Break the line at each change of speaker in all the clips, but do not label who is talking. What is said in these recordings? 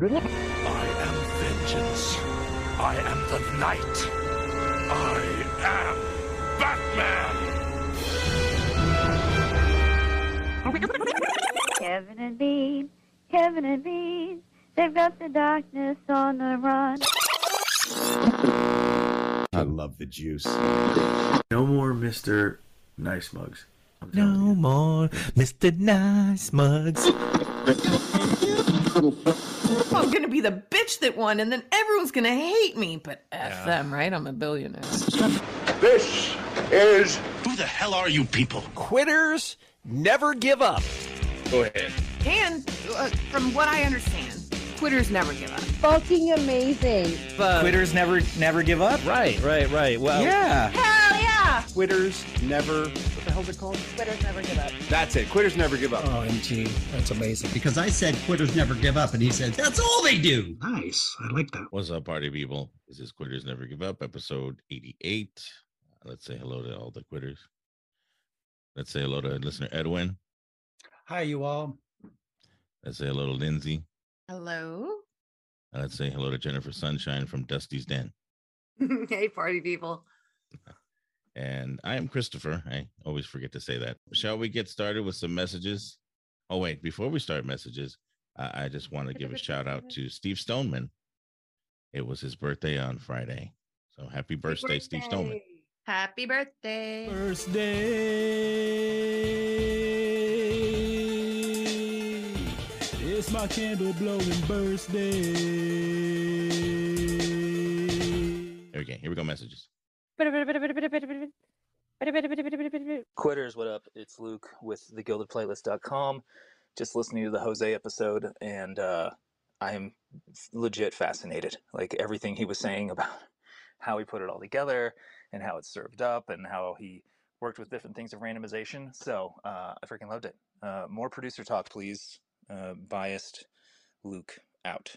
I am vengeance. I am the knight. I am Batman.
Kevin and Bean, Kevin and Bean, they've got the darkness on the run.
I love the juice.
No more Mr. Nice Mugs. I'm telling
No
you.
more Mr. Nice Mugs.
I'm gonna be the bitch that won, and then everyone's gonna hate me. But f them, right? I'm a billionaire.
This is
Who the hell are you people?
Quitters never give up.
go ahead.
And uh, from what I understand, quitters never give up.
Fucking amazing.
But
Quitters never never give up.
Right, right, right. Well,
Yeah.
hell yeah!
Quitters never. What the hell's it called?
Quitters never give up.
That's it. Quitters never give up.
OMG, Oh, that's amazing. Because I said quitters never give up, and he said that's all they do. Nice, I like that.
What's up, party people? This is Quitters Never Give Up, episode 88. Uh, Let's say hello to all the quitters. Let's say hello to listener Edwin.
Hi, you all.
Let's say hello to Lindsay.
Hello.
And let's say hello to Jennifer Sunshine from Dusty's Den.
hey, party people.
And I am Christopher. I always forget to say that. Shall we get started with some messages? Oh, wait, before we start messages, I, I just want to give a shout out to Steve Stoneman. It was his birthday on Friday. So happy birthday, Steve Stoneman.
Happy birthday.
First day. It's my candle blowing birthday.
Okay, here we go. Messages.
Quitters, what up? It's Luke with thegildedplaylist.com. Just listening to the Jose episode, and uh, I am legit fascinated. Like everything he was saying about how he put it all together and how it's served up and how he worked with different things of randomization. So uh, I freaking loved it. Uh, more producer talk, please. Uh, biased Luke out.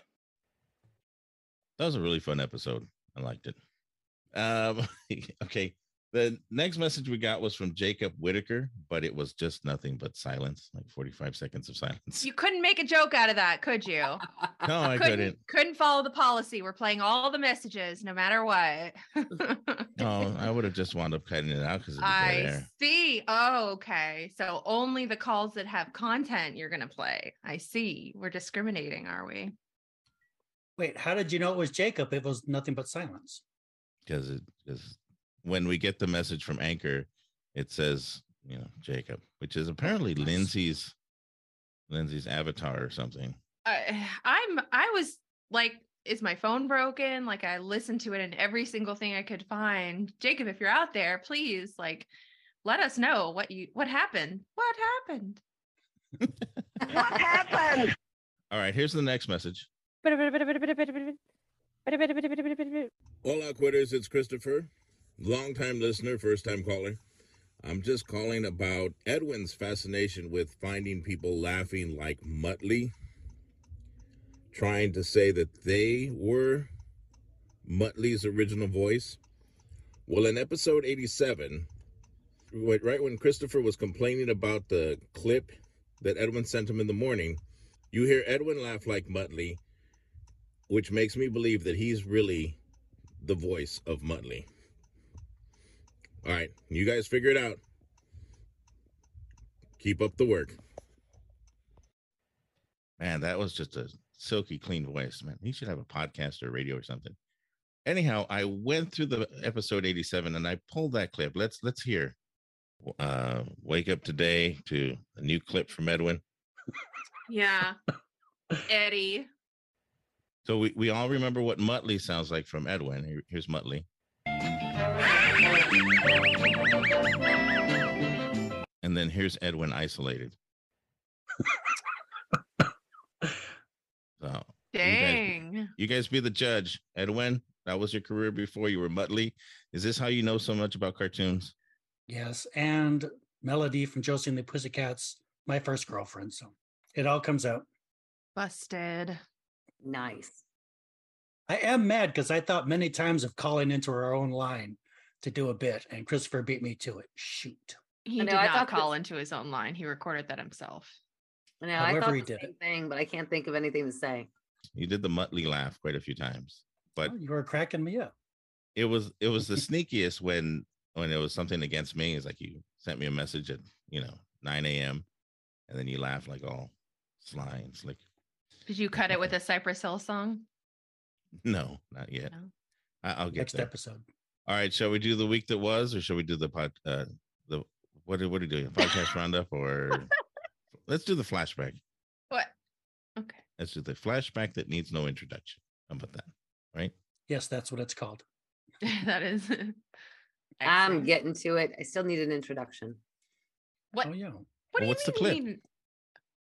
That was a really fun episode. I liked it. Um, okay. The next message we got was from Jacob Whitaker, but it was just nothing but silence, like 45 seconds of silence.
You couldn't make a joke out of that, could you?
no, I couldn't.
Couldn't follow the policy. We're playing all the messages, no matter what.
No, Oh, I would have just wound up cutting it out because it was dead
I
air.
see. Oh, okay. So only the calls that have content you're going to play. I see. We're discriminating, are we?
Wait, how did you know it was Jacob? It was nothing but silence.
Because it is when we get the message from Anchor, it says, you know, Jacob, which is apparently Lindsay's Lindsay's avatar or something.
Uh, I'm, I was like, is my phone broken? Like, I listened to it and every single thing I could find. Jacob, if you're out there, please, like, let us know what you, what happened. What happened?
What happened?
All right, here's the next message. Hola, quitters. It's Christopher, longtime listener, first time caller. I'm just calling about Edwin's fascination with finding people laughing like Muttley, trying to say that they were Muttley's original voice. Well, in episode 87, right right when Christopher was complaining about the clip that Edwin sent him in the morning, you hear Edwin laugh like Muttley, which makes me believe that he's really the voice of Muttley. All right, you guys figure it out. Keep up the work. Man, that was just a silky clean voice, man. He should have a podcast or radio or something. Anyhow, I went through the episode 87 and I pulled that clip. Let's let's hear. Uh wake up today to a new clip from Edwin.
Yeah. Eddie.
So we, we all remember what Muttley sounds like from Edwin. Here- here's Muttley. And then here's Edwin isolated. so
Dang.
you guys be the judge. Edwin, that was your career before you were Muttley. Is this how you know so much about cartoons?
Yes, and Melody from Josie and the Pussycats, my first girlfriend. So it all comes out.
Busted.
Nice.
I am mad because I thought many times of calling into our own line to do a bit, and Christopher beat me to it. Shoot.
He
I know,
did
I
not
thought
call
this-
into his own line. He recorded that himself.
I know, I
However
thought
he
the
did
same
it.
thing, but I can't think of anything to say.
You did the Muttley laugh quite a few times, but
Oh, You were cracking me up.
it was it was the sneakiest when when it was something against me. It's like you sent me a message at you know 9 a.m. and then you laugh like all sly and slick.
Did you cut it with a Cypress Hill song?
No, not yet.
No.
I, I'll get
Next
there.
episode.
All right, shall we do the week that was, or shall we do the pod? Uh, the what? do- What are you doing? Podcast roundup, or let's do the flashback.
What?
Let's do the flashback that needs no introduction. How about that? Right?
Yes, that's what it's called.
that is.
I'm getting to it. I still need an introduction.
What?
Oh, yeah.
What do
you
what's the clip?
mean?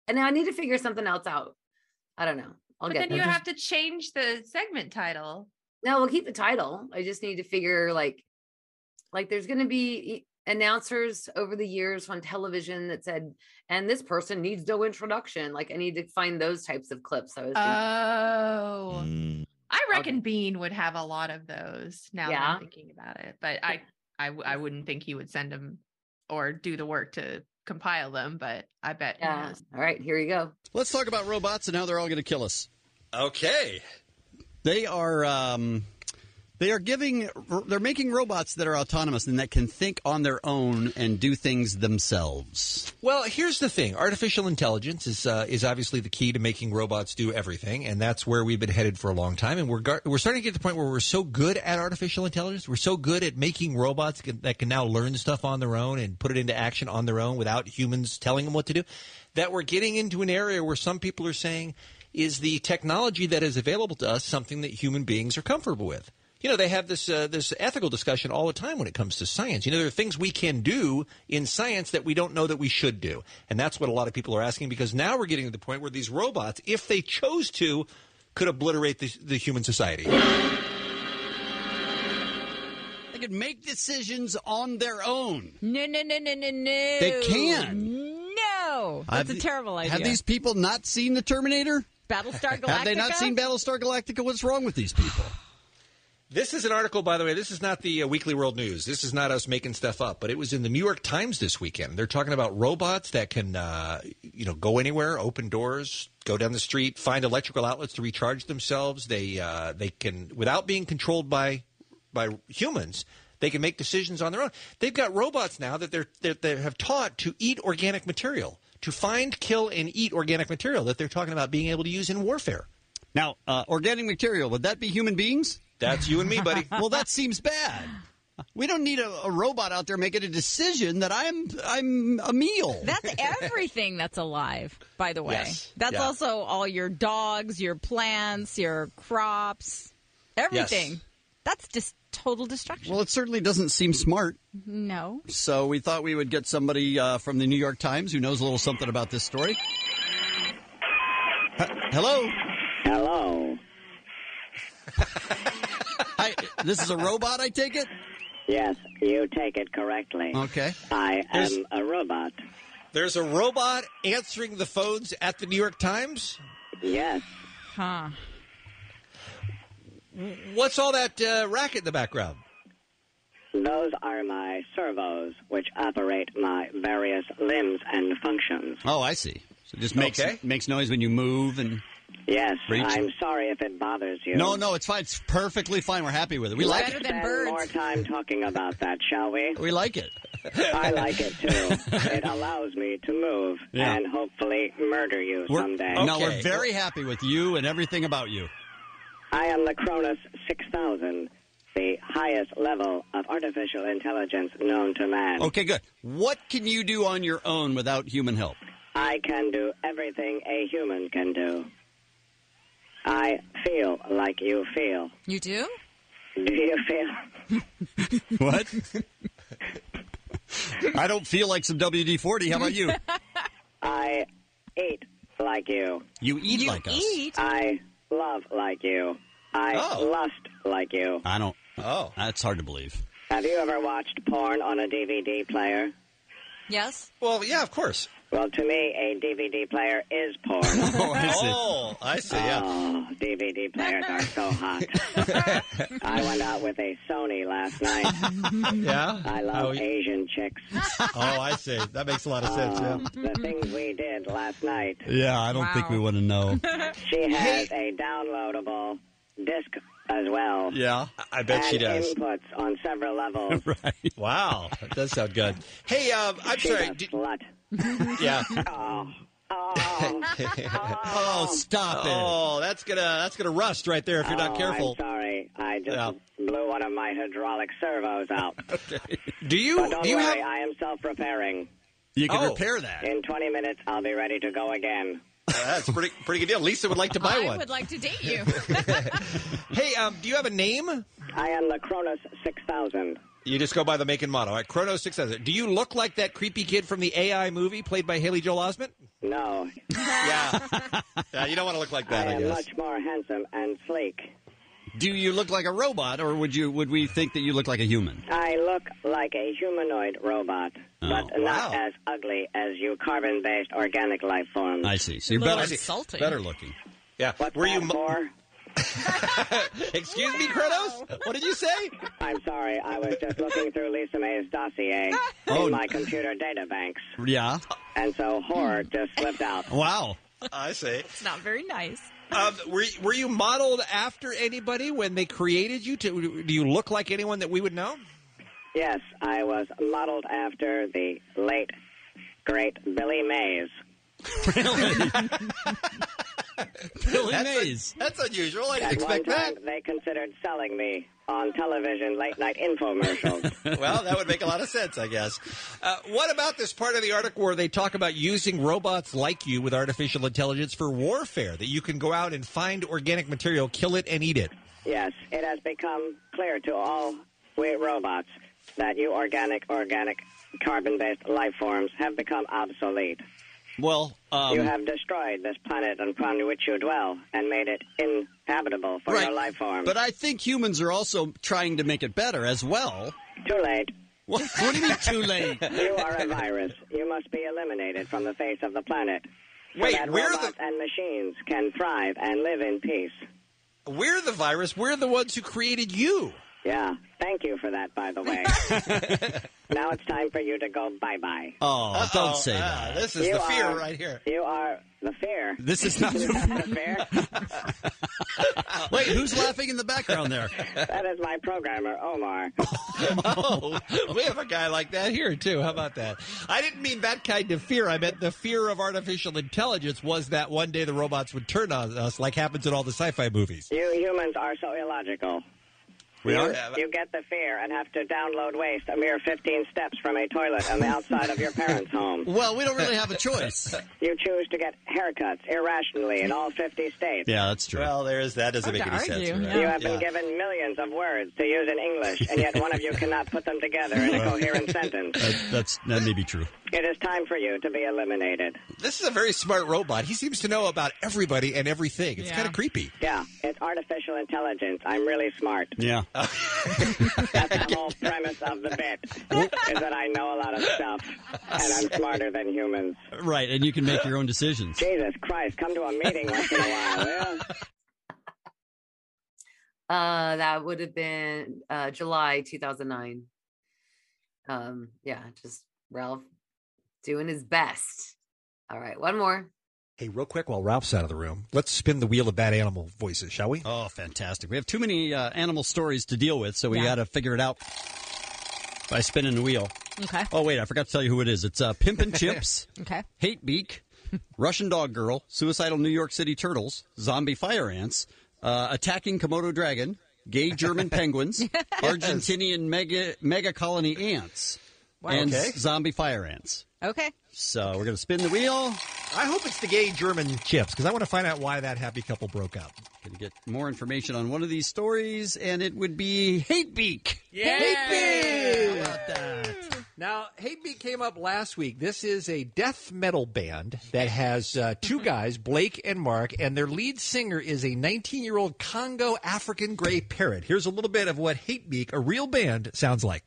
And now I need to figure something else out. I don't know. I'll
But
get
then you
there.
have to change the segment title.
No, we'll keep the title. I just need to figure like like there's going to be e- announcers over the years on television that said and this person needs no introduction. Like I need to find those types of clips. I was thinking.
Oh, I reckon Bean would have a lot of those. Now that
Yeah.
I'm thinking about it, but I, I, w- I wouldn't think he would send them or do the work to compile them. But I bet. he
Yeah.
knows.
All right, here you go.
Let's talk about robots and how they're all going to kill us.
Okay.
They are um, they are giving they're making robots that are autonomous and that can think on their own and do things themselves.
Well, here's the thing: artificial intelligence is uh, is obviously the key to making robots do everything, and that's where we've been headed for a long time. And we're gar- we're starting to get to the point where we're so good at artificial intelligence, we're so good at making robots can, that can now learn stuff on their own and put it into action on their own without humans telling them what to do, that we're getting into an area where some people are saying, is the technology that is available to us something that human beings are comfortable with? you know they have this uh, this ethical discussion all the time when it comes to science. You know there are things we can do in science that we don't know that we should do, and that's what a lot of people are asking because now we're getting to the point where these robots, if they chose to, could obliterate the, the human society.
They can make decisions on their own.
No, no, no, no, no, no.
They can.
No. That's
Have
a
the-
terrible idea.
Have these people not seen the Terminator?
Battlestar Galactica?
Have they not seen Battlestar Galactica? What's wrong with these people?
This is an article, by the way. This is not the uh, Weekly World News. This is not us making stuff up, but it was in the New York Times this weekend. They're talking about robots that can, uh, you know, go anywhere, open doors, go down the street, find electrical outlets to recharge themselves. They uh, they can, without being controlled by by humans, they can make decisions on their own. They've got robots now that they're that they have taught to eat organic material, to find, kill, and eat organic material that they're talking about being able to use in warfare.
Now, uh, organic material would that be human beings?
That's you and me, buddy.
well, that seems bad. We don't need a, a robot out there making a decision that I'm I'm a meal.
That's everything that's alive, by the way.
Yes.
That's
Yeah.
also all your dogs, your plants, your crops, everything. That's just total destruction.
Well, it certainly doesn't seem smart.
No.
So we thought we would get somebody uh, from the New York Times who knows a little something about this story. H- Hello. Hello. I, this is a robot, I take it.
Yes, you take it correctly.
Okay.
I
There's-
am a robot.
There's a robot answering the phones at the New York Times.
Yes.
Huh.
What's all that uh, racket in the background?
Those are my servos, which operate my various limbs and functions.
Oh, I see. So it just makes
Okay.
makes noise when you move and
Yes,
Reach.
I'm sorry if it bothers you.
no, no, it's fine. It's perfectly fine. We're happy with it. We like
Let's
it.
spend more time talking about that, shall we?
We like it.
I like it too. It allows me to move
Yeah.
and hopefully murder you
We're,
someday.
No, we're very happy with you and everything about you.
I am the Cronus 6000, the highest level of artificial intelligence known to man.
Okay, good. What can you do on your own without human help?
I can do everything a human can do. I feel like you feel.
You do?
Do you feel?
What? I don't feel like some WD 40. How about you?
I eat like you.
You eat like us.
I love like you. I
Oh.
lust like you.
I don't. Oh. That's hard to believe.
Have you ever watched porn on a DVD player?
Yes.
Well, yeah, of course.
Well, to me, a DVD player is porn. oh,
I see. Oh, I see. Yeah.
DVD players are so hot. I went out with a Sony last night.
Yeah?
I love
Oh, y-
Asian chicks. Oh,
Oh, I see. That makes a lot of sense. Yeah.
The things we did last night.
Yeah, I don't think we want to know.
She has a downloadable disc as well.
Yeah, I bet
and
she does.
Inputs on several levels.
right. Wow, that does sound good. Hey, um, I'm
She's
sorry.
a
did-
slut.
yeah.
Oh.
oh, stop it! Oh, that's gonna that's gonna rust right there if you're
Oh,
not careful.
I'm sorry. I just
Yeah.
blew one of my hydraulic servos out.
Do you?
But don't
do you
worry,
have? Oh.
I am self-repairing.
You can repair that.
In 20 minutes, I'll be ready to go again.
Uh, That's a pretty pretty good deal. Lisa would like to buy
I
one.
would like to date you.
Hey, um, do you have a name?
I am the Cronus 6000.
You just go by the make and model. All right, Chrono Six has it. Do you look like that creepy kid from the AI movie played by Haley Joel Osment?
No.
Yeah, you don't want to look like that.
I
I
am
guess.
much more handsome and sleek.
Do you look like a robot, or would you would we think that you look like a human?
I look like a humanoid robot,
Oh,
but not as ugly as you carbon-based organic life forms.
I see. So you're better better looking.
Yeah.
Were you
more?
Excuse me, Kronos? What did you say?
I'm sorry. I was just looking through Lisa May's dossier
Oh.
in my computer data banks,
Yeah.
and so horror just slipped out.
Wow.
I see.
It's not very nice.
Um, were were you modeled after anybody when they created you? To, do you look like anyone that we would know?
Yes, I was modeled after the late, great Billy Mays.
Billy
Mays. that's unusual. I
At one time, they considered selling me on television late night infomercials.
well, that would make a lot of sense, I guess. Uh, what about this part of the article where they talk about using robots like you with artificial intelligence for warfare? That you can go out and find organic material, kill it, and eat it.
yes, it has become clear to all we robots that you organic, organic, carbon-based life forms have become obsolete.
Well, um,
you have destroyed this planet upon which you dwell and made it inhabitable for your life form.
But I think humans are also trying to make it better as well.
Too late.
What, what do you mean too late?
you are a virus. You must be eliminated from the face of the planet. So
Wait,
that
we're the-
robots and machines can thrive and live in peace.
We're the virus. We're the ones who created you.
Yeah, thank you for that, by the way. now it's time for you to go bye bye.
Oh, don't say that.
You are- You are the fear.
This is not the
fear.
Wait, who's laughing in the background there?
That is my programmer, Omar.
oh, we have a guy like that here too. How about that? I didn't mean that kind of fear. I meant the fear of artificial intelligence was that one day the robots would turn on us, like happens in all the sci-fi movies.
You humans are so illogical.
We
you,
are.
You get the fear and have to download waste a mere 15 steps from a toilet on the outside of your parents' home.
Well, we don't really have a choice.
You choose to get haircuts irrationally in all 50 states.
Yeah, that's true.
Well, there is that doesn't
Hard
make any
to argue,
sense. you're right.
You have been
Yeah.
given millions of words to use in English, and yet one of you cannot put them together in a coherent sentence.
That, that's that may be true.
It is time for you to be eliminated.
This is a very smart robot. He seems to know about everybody and everything. It's
Yeah.
kind of creepy.
Yeah, it's artificial intelligence. I'm really smart.
Yeah.
That's the whole premise of the bit, is that I know a lot of stuff, and I'm smarter than humans.
Right, and you can make your own decisions.
Jesus Christ, come to a meeting once in a while, will ya?
Uh, that would have been uh, July 2009. Um, yeah, just Ralph doing his best. All right, one more.
Hey, real quick, while Ralph's out of the room, let's spin the wheel of bad animal voices, shall we?
Oh, fantastic. We have too many uh, animal stories to deal with, so we
Yeah.
got to figure it out by spinning the wheel.
Okay.
Oh, wait, I forgot to tell you who it is. It's uh, Pimpin' Chips,
Okay.
Hate Beak, Russian Dog Girl, Suicidal New York City Turtles, Zombie Fire Ants, uh, Attacking Komodo Dragon, Gay German Penguins, Argentinian Mega, mega Colony Ants,
Wow.
and
Okay.
Zombie Fire Ants.
Okay.
So we're going to spin the wheel.
I hope it's the gay German chips because I want to find out why that happy couple broke up.
Going to get more information on one of these stories, and it would be Hate Beak.
Yeah.
Hate Beak! How about that?
Now, Hate Me came up last week. This is a death metal band that has uh, two guys, Blake and Mark, and their lead singer is a 19 year old Congo African gray parrot. Here's a little bit of what Hate Meek, a real band, sounds like.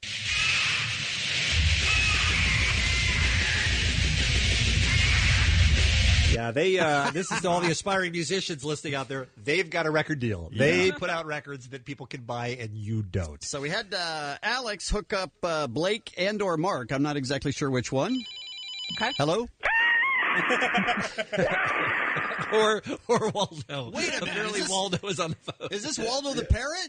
Yeah, they. Uh, this is to all the aspiring musicians listening out there. They've got a record deal. They put out records that people can buy, and you don't.
So we had uh, Alex hook up uh, Blake and or Mark. I'm not exactly sure which one.
Okay.
Hello.
or or Waldo. Wait
a minute,
Apparently,
is this-
Waldo is on the phone.
Is this Waldo the parrot?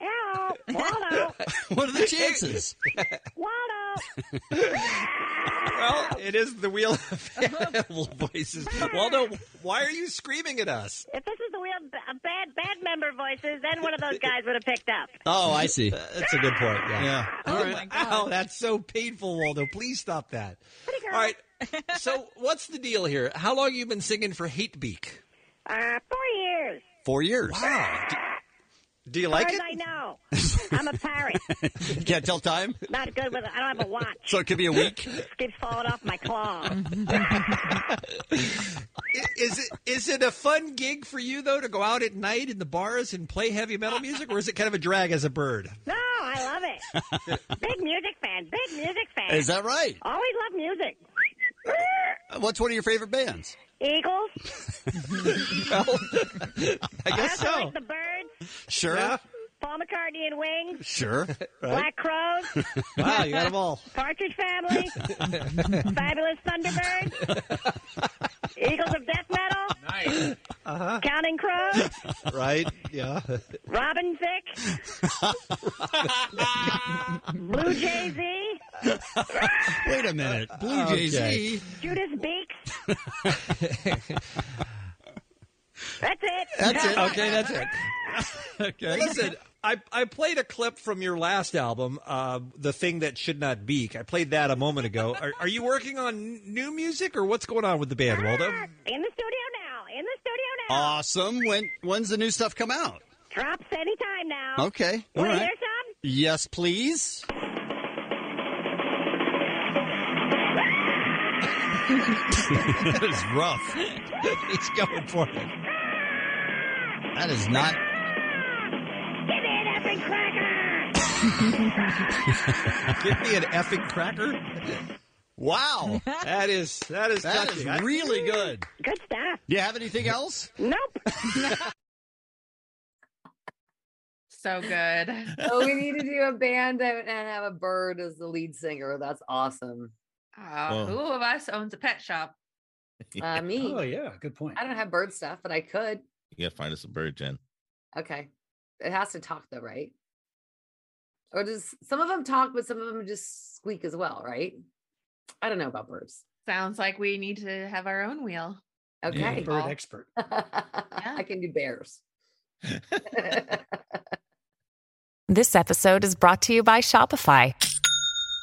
Hello, Waldo.
What are the chances?
well, it is the wheel of animal voices. Waldo, why are you screaming at us?
If this is the real b- bad bad member voices, then one of those guys would have picked up.
Oh, I see.
Uh, That's a good point. Yeah.
Oh,
All
my
right.
God.
Ow, that's so painful, Waldo. Please stop that. All right. So, what's the deal here? How long you been singing for Hatebeak?
Uh, four years.
Four years.
Wow. Do, do you
As
like
far
it?
as I know. I'm a parrot.
Can't tell time.
Not good with. I don't have a watch.
So it could be a week.
Keeps falling off my claw.
Is it is it a fun gig for you though to go out at night in the bars and play heavy metal music, or is it kind of a drag as a bird?
No, I love it. Big music fan. Big music fan.
Is that right?
Always love music.
What's one of your favorite bands?
Eagles.
I guess
I also
so.
like the birds.
Sure.
Paul McCartney and Wings.
Sure.
Black Crows.
Wow, you got them all.
Partridge Family. Fabulous Thunderbirds. Eagles of Death Metal. Nice.
Uh-huh.
Counting Crows.
Right? Yeah.
Robin Thicke. Blue Jay Z.
Wait a minute. Blue Jay Z.
Judas Beaks. That's it.
That's it.
Okay, that's it. okay. Listen, I, I played a clip from your last album, uh, The Thing That Should Not Be. I played that a moment ago. Are, are you working on n- new music or what's going on with the band, Waldo?
In the studio now. In the studio now.
Awesome. When when's the new stuff come out?
Drops anytime now.
Okay. All
Want to
right.
hear some?
Yes, please.
that is rough. He's going for it.
That is not.
Give me an effing cracker.
Give me an effing cracker. Wow, that is that is
That
touching.
is
I-
really good.
Good stuff.
Do you have anything else?
Nope.
So good.
oh, we need to do a band and and have a bird as the lead singer. That's awesome.
Uh, who of us owns a pet shop?
Uh, me.
Oh,
yeah, good point. I don't have bird stuff, but I could.
You gotta find us a bird, Jen.
Okay, it has to talk though, right? Or does some of them talk, but some of them just squeak as well, right? I don't know about birds.
Sounds like we need to have our own wheel.
Okay,
Paul.
expert. I can do bears.
This episode is brought to you by Shopify.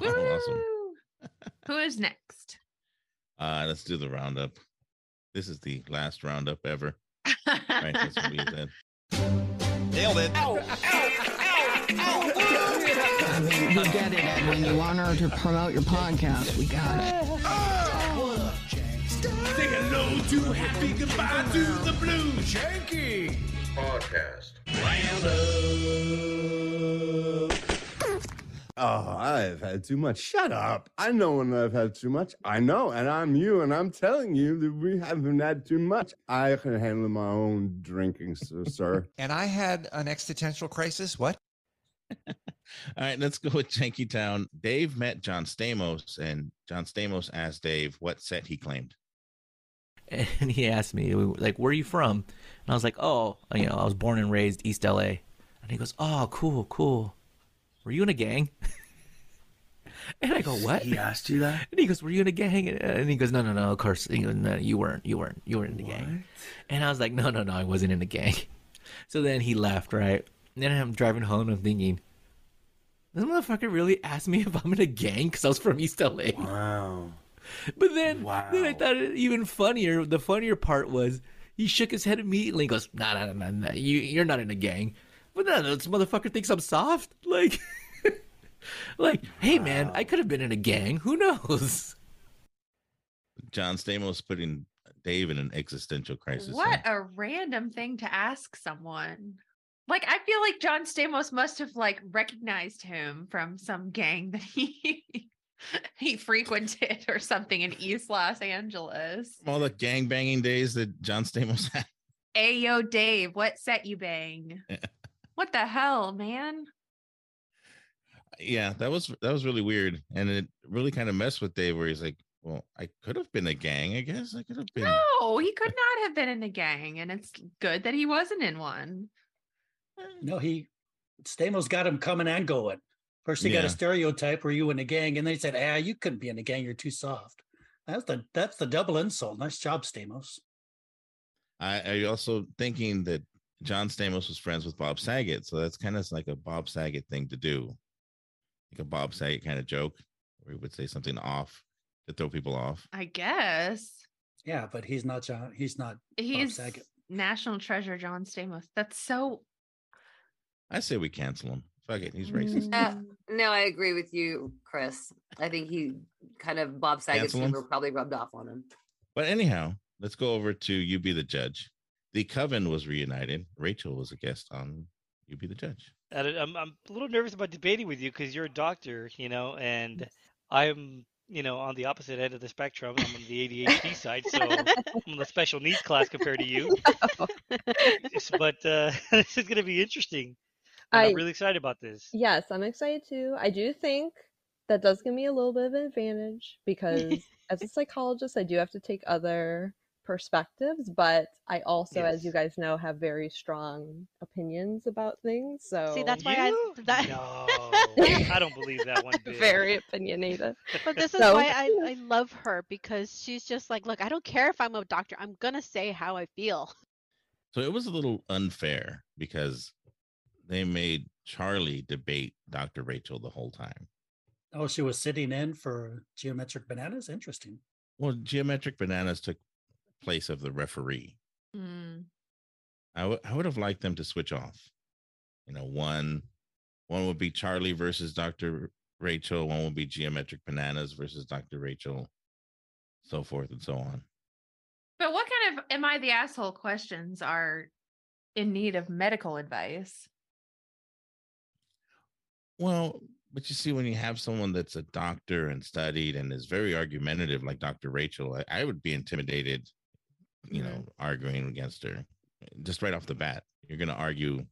Oh, awesome. Who is next?
Uh, let's do the roundup. This is the last roundup ever. Right, that's what we said.
Nailed it.
We get it, Edwin. You want her to promote your podcast. We got
Say hello to happy, goodbye to the blue. Shanky.
Podcast.
Oh, I've had too much. Shut up. I know when I've had too much. I know, and I'm you, and I'm telling you that we haven't had too much. I can handle my own drinking, sir. sir.
And I had an existential crisis. What?
All right, let's go with Janky Town. Dave met John Stamos, and John Stamos asked Dave what set he claimed.
and he asked me like where are you from and i was like oh you know i was born and raised east la and he goes oh cool cool were you in a gang and i go what
He asked you that?
and he goes were you in a gang and, and he goes no no no of course he goes, no, you weren't you weren't you weren't in a gang and i was like no no no i wasn't in a gang so then he left right and then i'm driving home and i'm thinking this motherfucker really asked me if i'm in a gang because i was from east la wow But then, then I thought it even funnier. The funnier part was he shook his head immediately. and goes, "Nah, nah, nah, nah, nah. You, you're not in a gang." But no, this motherfucker thinks I'm soft. Like, like, hey man, I could have been in a gang. Who knows?
John Stamos putting Dave in an existential crisis.
What a random thing to ask someone. Like I feel like John Stamos must have like recognized him from some gang that he he frequented or something in East Los Angeles.
From all the gang banging days that John Stamos had.
Ayo Dave, what set you bang? what the hell, man?
Yeah, that was that was really weird, and it really kind of messed with Dave, where he's like, "Well, I could have been a gang, I guess. I could have been."
No, he could not have been in a gang, and it's good that he wasn't in one.
No, he Stamos got him coming and going. First, he got
Yeah.
a stereotype: "Were you in a gang?" And then he said, "Ah, you couldn't be in a gang. You're too soft." That's the that's the double insult. Nice job, Stamos.
I, I also thinking that John Stamos was friends with Bob Saget, so that's kind of like a Bob Saget thing to do, like a Bob Saget kind of joke, where he would say something off to throw people off.
I guess
Yeah, but he's not John. He's not.
he's
Saget.
National Treasure John Stamos. That's so
I say we cancel him. Fuck it, he's racist.
Uh, no, I agree with you, Chris. I think he kind of Bob Saget's
Cancel him?
humor probably rubbed off on him.
But anyhow, let's go over to You Be the Judge. The Coven was reunited. Rachel was a guest on You Be the Judge.
And I- I'm, I'm a little nervous about debating with you because you're a doctor, you know, and I'm, you know, on the opposite end of the spectrum. I'm on the ADHD side, so I'm on the special needs class compared to you.
Oh.
Yes, but uh, this is going to be interesting. and
I-
I'm really excited about this.
Yes, I'm excited too. I do think that does give me a little bit of an advantage because as a psychologist, I do have to take other perspectives, but I also, as you guys know, have very strong opinions about things. So
See, that's why I. That,
Oh, I don't believe that one bit.
very opinionated.
But this is
So-
why I, I love her because she's just like, look, I don't care if I'm a doctor. I'm going to say how I feel.
So it was a little unfair because they made Charlie debate Dr. Rachel the whole time.
Oh, she was sitting in for geometric bananas. Interesting.
Well, Geometric Bananas took place of the referee.
mm.
I would I would have liked them to switch off. You know, one one would be Charlie versus Dr. Rachel, one would be Geometric Bananas versus Dr. Rachel, so forth and so on.
But what kind of am I the asshole questions are in need of medical advice?
Well, but you see, when you have someone that's a doctor and studied and is very argumentative, like Dr. Rachel, I, I would be intimidated, you know, arguing against her just right off the bat. You're going to argue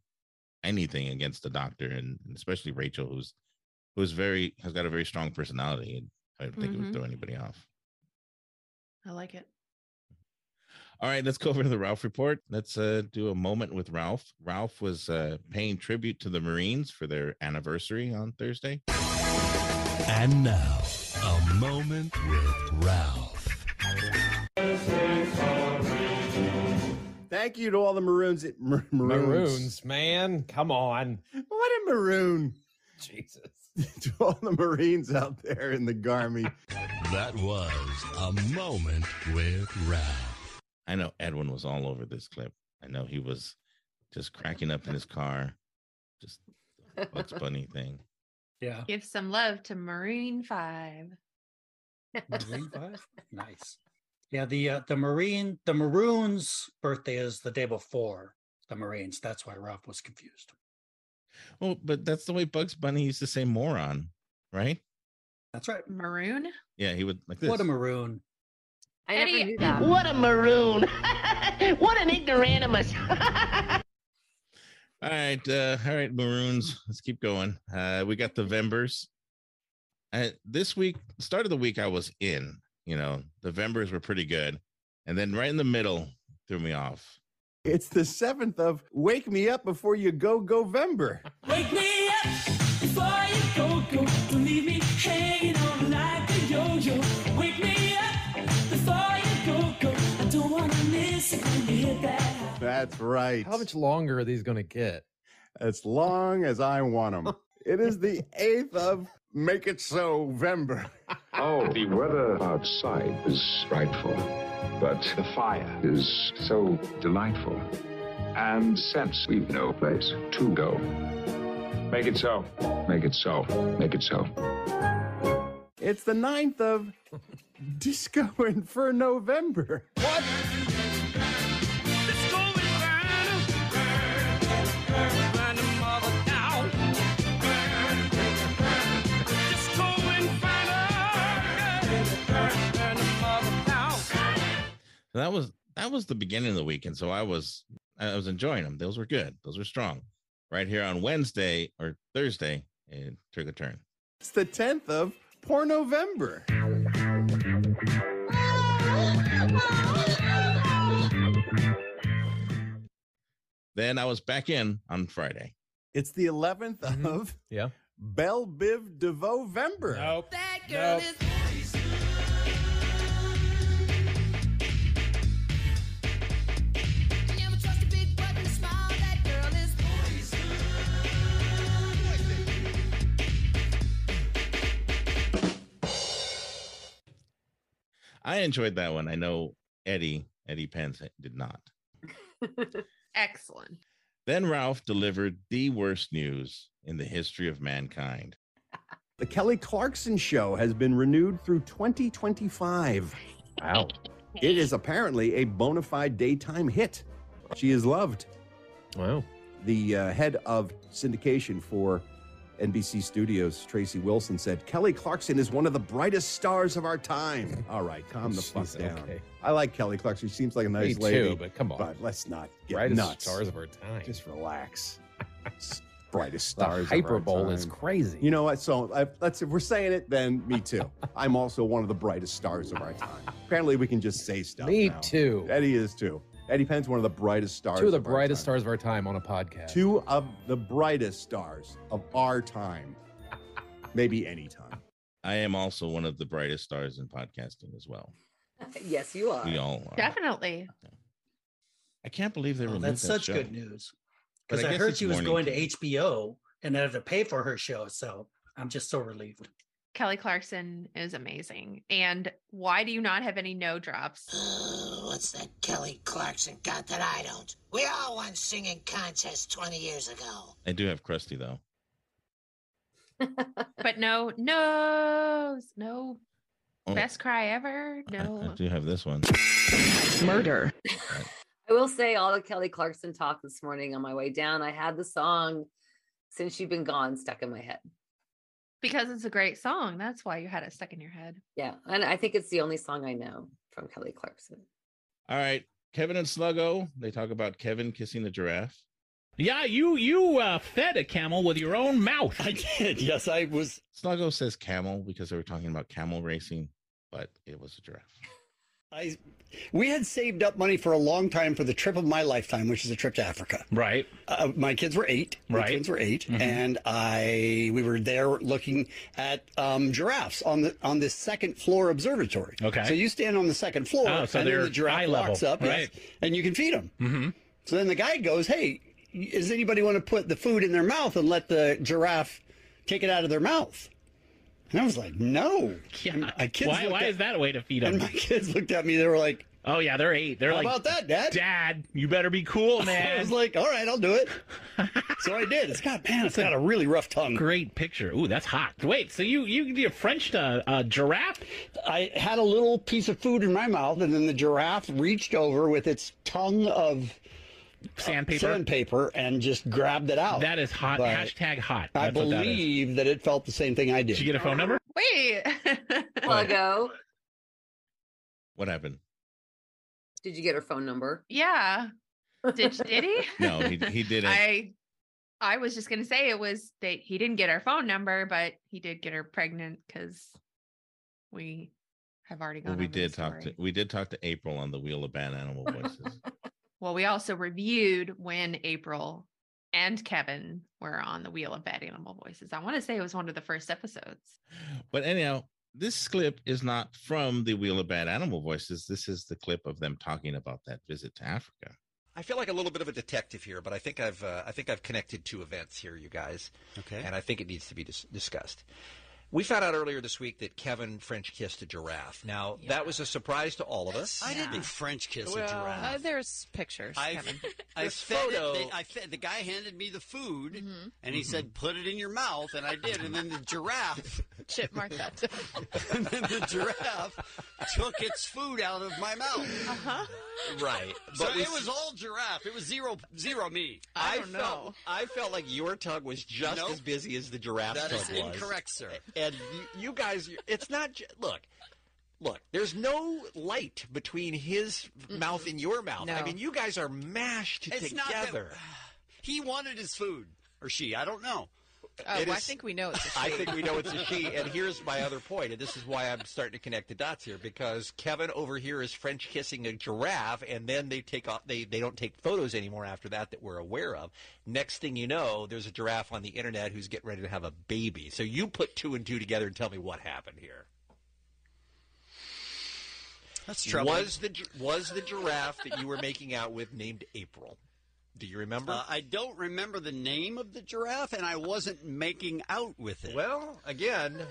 anything against the doctor, and and especially Rachel, who's who's very has got a very strong personality, and I don't think it
Mhm.
would throw anybody off.
I like it.
All right, let's go over to the Ralph report. Let's uh, do a moment with Ralph. Ralph was uh, paying tribute to the Marines for their anniversary on Thursday.
And now, a moment with Ralph.
Thank you to all the Maroons. Mar- maroons.
Maroons, man. Come on.
What a maroon.
Jesus.
to all the Marines out there in the Garmy.
That was a moment with Ralph. I know Edwin was all over this clip. I know he was just cracking up in his car, just the Bugs Bunny thing.
Yeah.
Give some love to Marine Five.
Marine Five? Nice. Yeah, the uh, the Marine the Maroons' birthday is the day before the Marines. That's why Ralph was confused.
Well, but that's the way Bugs Bunny used to say moron, right?
That's right.
Maroon?
Yeah, he would like this.
What a maroon.
I
never
knew
that.
What
a maroon. what an ignoramus.
All right, uh, all right, Maroons. Let's keep going. Uh, we got the Vembers. Uh, this week, start of the week, I was in. You know, the Vembers were pretty good, and then right in the middle threw me off.
It's the seventh of Wake Me Up Before You Go Govember.
Wake me up before you go, go. Don't leave me hanging on like a yo-yo. Wake me up before you go, go. I don't wanna miss it when you hit that.
That's right. How much
longer are these going to get?
As long as I want them. it is the eighth of
Make it so, Vember.
Oh, the weather outside is frightful, but the fire is so delightful. And since we've no place to go, make it so. Make it so. Make it so.
It's the 9th of Disco Inferno November. What?
So that was that was the beginning of the week, and so I was I was enjoying them. Those were good. Those were strong. Right here on Wednesday or Thursday, it took a turn.
It's the 10th of Poor November.
Then I was back in on Friday.
It's the 11th of
Yeah.
Bell Biv DeVovember. Nope.
That girl Nope. is
I enjoyed that one. I know Eddie Eddie Pence did not.
Excellent.
Then Ralph delivered the worst news in the history of mankind.
The Kelly Clarkson Show has been renewed through 2025. Wow. It is apparently a bona fide daytime hit. She is loved. Wow. The uh, head of syndication for NBC Studios, Tracy Wilson, said Kelly Clarkson is one of the brightest stars of our time. All right, calm the fuck
She's
down.
okay.
I like Kelly Clarkson. She seems like a
Me
nice
too,
lady.
but come on.
But let's not get
Brightest
nuts.
stars of our time.
Just relax. S- brightest
The
stars. of our
hyperbole is
time.
crazy.
You know what? So I, let's if we're saying it, then me too. I'm also one of the brightest stars of our time. Apparently, we can just say stuff.
Me
now.
too.
Eddie is too. Eddie Penn's one of the brightest stars.
Two of the
our
brightest
time.
stars of our time on a podcast.
Two of the brightest stars of our time. Maybe any time.
I am also one of the brightest stars in podcasting as well.
yes, you are.
We all are.
Definitely.
I can't believe they
Oh,
removed
that's
that
such
show.
good news.
But
Because I,
guess
heard
it's
she was
morning
going to
too.
HBO and I had to pay for her show. So I'm just so relieved.
Kelly Clarkson is amazing. And why do you not have any no drops?
What's that Kelly Clarkson got that I don't? We all won singing contest 20 years ago.
I do have Krusty though.
But no, no, no.
Oh.
Best cry ever.
I
No.
do have this one.
Murder.
I will say all the Kelly Clarkson talk this morning on my way down. I had the song since she'd been gone stuck in my head.
Because it's a great song. That's why you had it stuck in your head.
Yeah. And I think it's the only song I know from Kelly Clarkson.
All right, Kevin and Sluggo. They talk about Kevin kissing the giraffe.
Yeah, you you uh, fed a camel with your own mouth. I did. Yes, I was.
Sluggo says camel because they were talking about camel racing, but it was a giraffe.
I, we had saved up money for a long time for the trip of my lifetime, which is a trip to Africa.
Right.
Uh, my kids were eight. My
Right.
kids were 8
Mhm.
and I we were there looking at um, giraffes on the on this second floor observatory.
Okay.
So you stand on the second floor,
Oh, so
and then
they're
the giraffe
eye level,
walks up, yes,
right.
and you can feed them.
Mm-hmm.
So then the guy goes, "Hey, does anybody want to put the food in their mouth and let the giraffe take it out of their mouth?" And I was like, "No." Yeah. My kids
Why
looked
why
at-
is that a way to feed them?
And my kids looked at me. They were like,
"Oh yeah, they're eight. They're
"How
like
about that, Dad?
Dad, you better be cool, man."
I was like, all right, I'll do it. So I did. It's got man, it's got a really rough tongue.
Great picture. Ooh, that's hot. Wait, so you you you Frenched a, a giraffe.
I had a little piece of food in my mouth, and then the giraffe reached over with its tongue of
Sandpaper?
sandpaper, and just grabbed it out. That
is hot. Hashtag hot.
I
That's what that is.
believe that, it felt the same thing I did. Did you
get a phone number?
Wait.
Pluggo,
What happened?
did you get her phone number?
Yeah. Did, did he?
No, he he didn't.
I I was just gonna say it was they he didn't get her phone number, but he did get her pregnant because we have already gone.
Well, we
over the
did talk to
story.
we did talk to April on the Wheel of Bad Animal Voices.
Well, we also reviewed when April and Kevin were on the Wheel of Bad Animal Voices. I want to say it was one of the first episodes.
but anyhow, this clip is not from the Wheel of Bad Animal Voices. This is the clip of them talking about that visit to Africa.
I feel like a little bit of a detective here, but I think I've uh, I think I've connected two events here, you guys. Okay. And I think it needs to be dis- discussed. We found out earlier this week that Kevin French kissed a giraffe. Now, that was a surprise to all of us.
I didn't Yeah.
French
uh, there's pictures.
I-
Kevin.
I
This
fed it-
photo-
they- I fed, the guy handed me the food,
Mm-hmm.
and he said,
Mm-hmm.
"Put it in your mouth," and I did. And then the giraffe
chipmunk that.
and then the giraffe took its food out of my mouth. Uh-huh.
Right.
So
But we-
it was all giraffe. It was zero zero me.
I, felt I felt like your tongue was just
Nope.
as busy as the giraffe's
That
tongue
is
was.
incorrect, sir.
And you, you guys, you- it's not. ju- Look, look. There's no light between his mouth and your mouth. I
No.
mean, you guys are mashed
It's not that-
together.
He wanted his food, or she. I don't know.
Oh,
It
well, I
is-
think we know it's a
I
she.
think we know it's a she. And here's my other point, and this is why I'm starting to connect the dots here, because Kevin over here is French kissing a giraffe, and then they take off. They they don't take photos anymore after that that we're aware of. Next thing you know, there's a giraffe on the internet who's getting ready to have a baby. So you put two and two together and tell me what happened here.
That's troubling.
Was the gi- was the giraffe that you were making out with named April? Do you remember?
Uh, I don't remember the name of the giraffe, and I wasn't making out with it.
Well, again,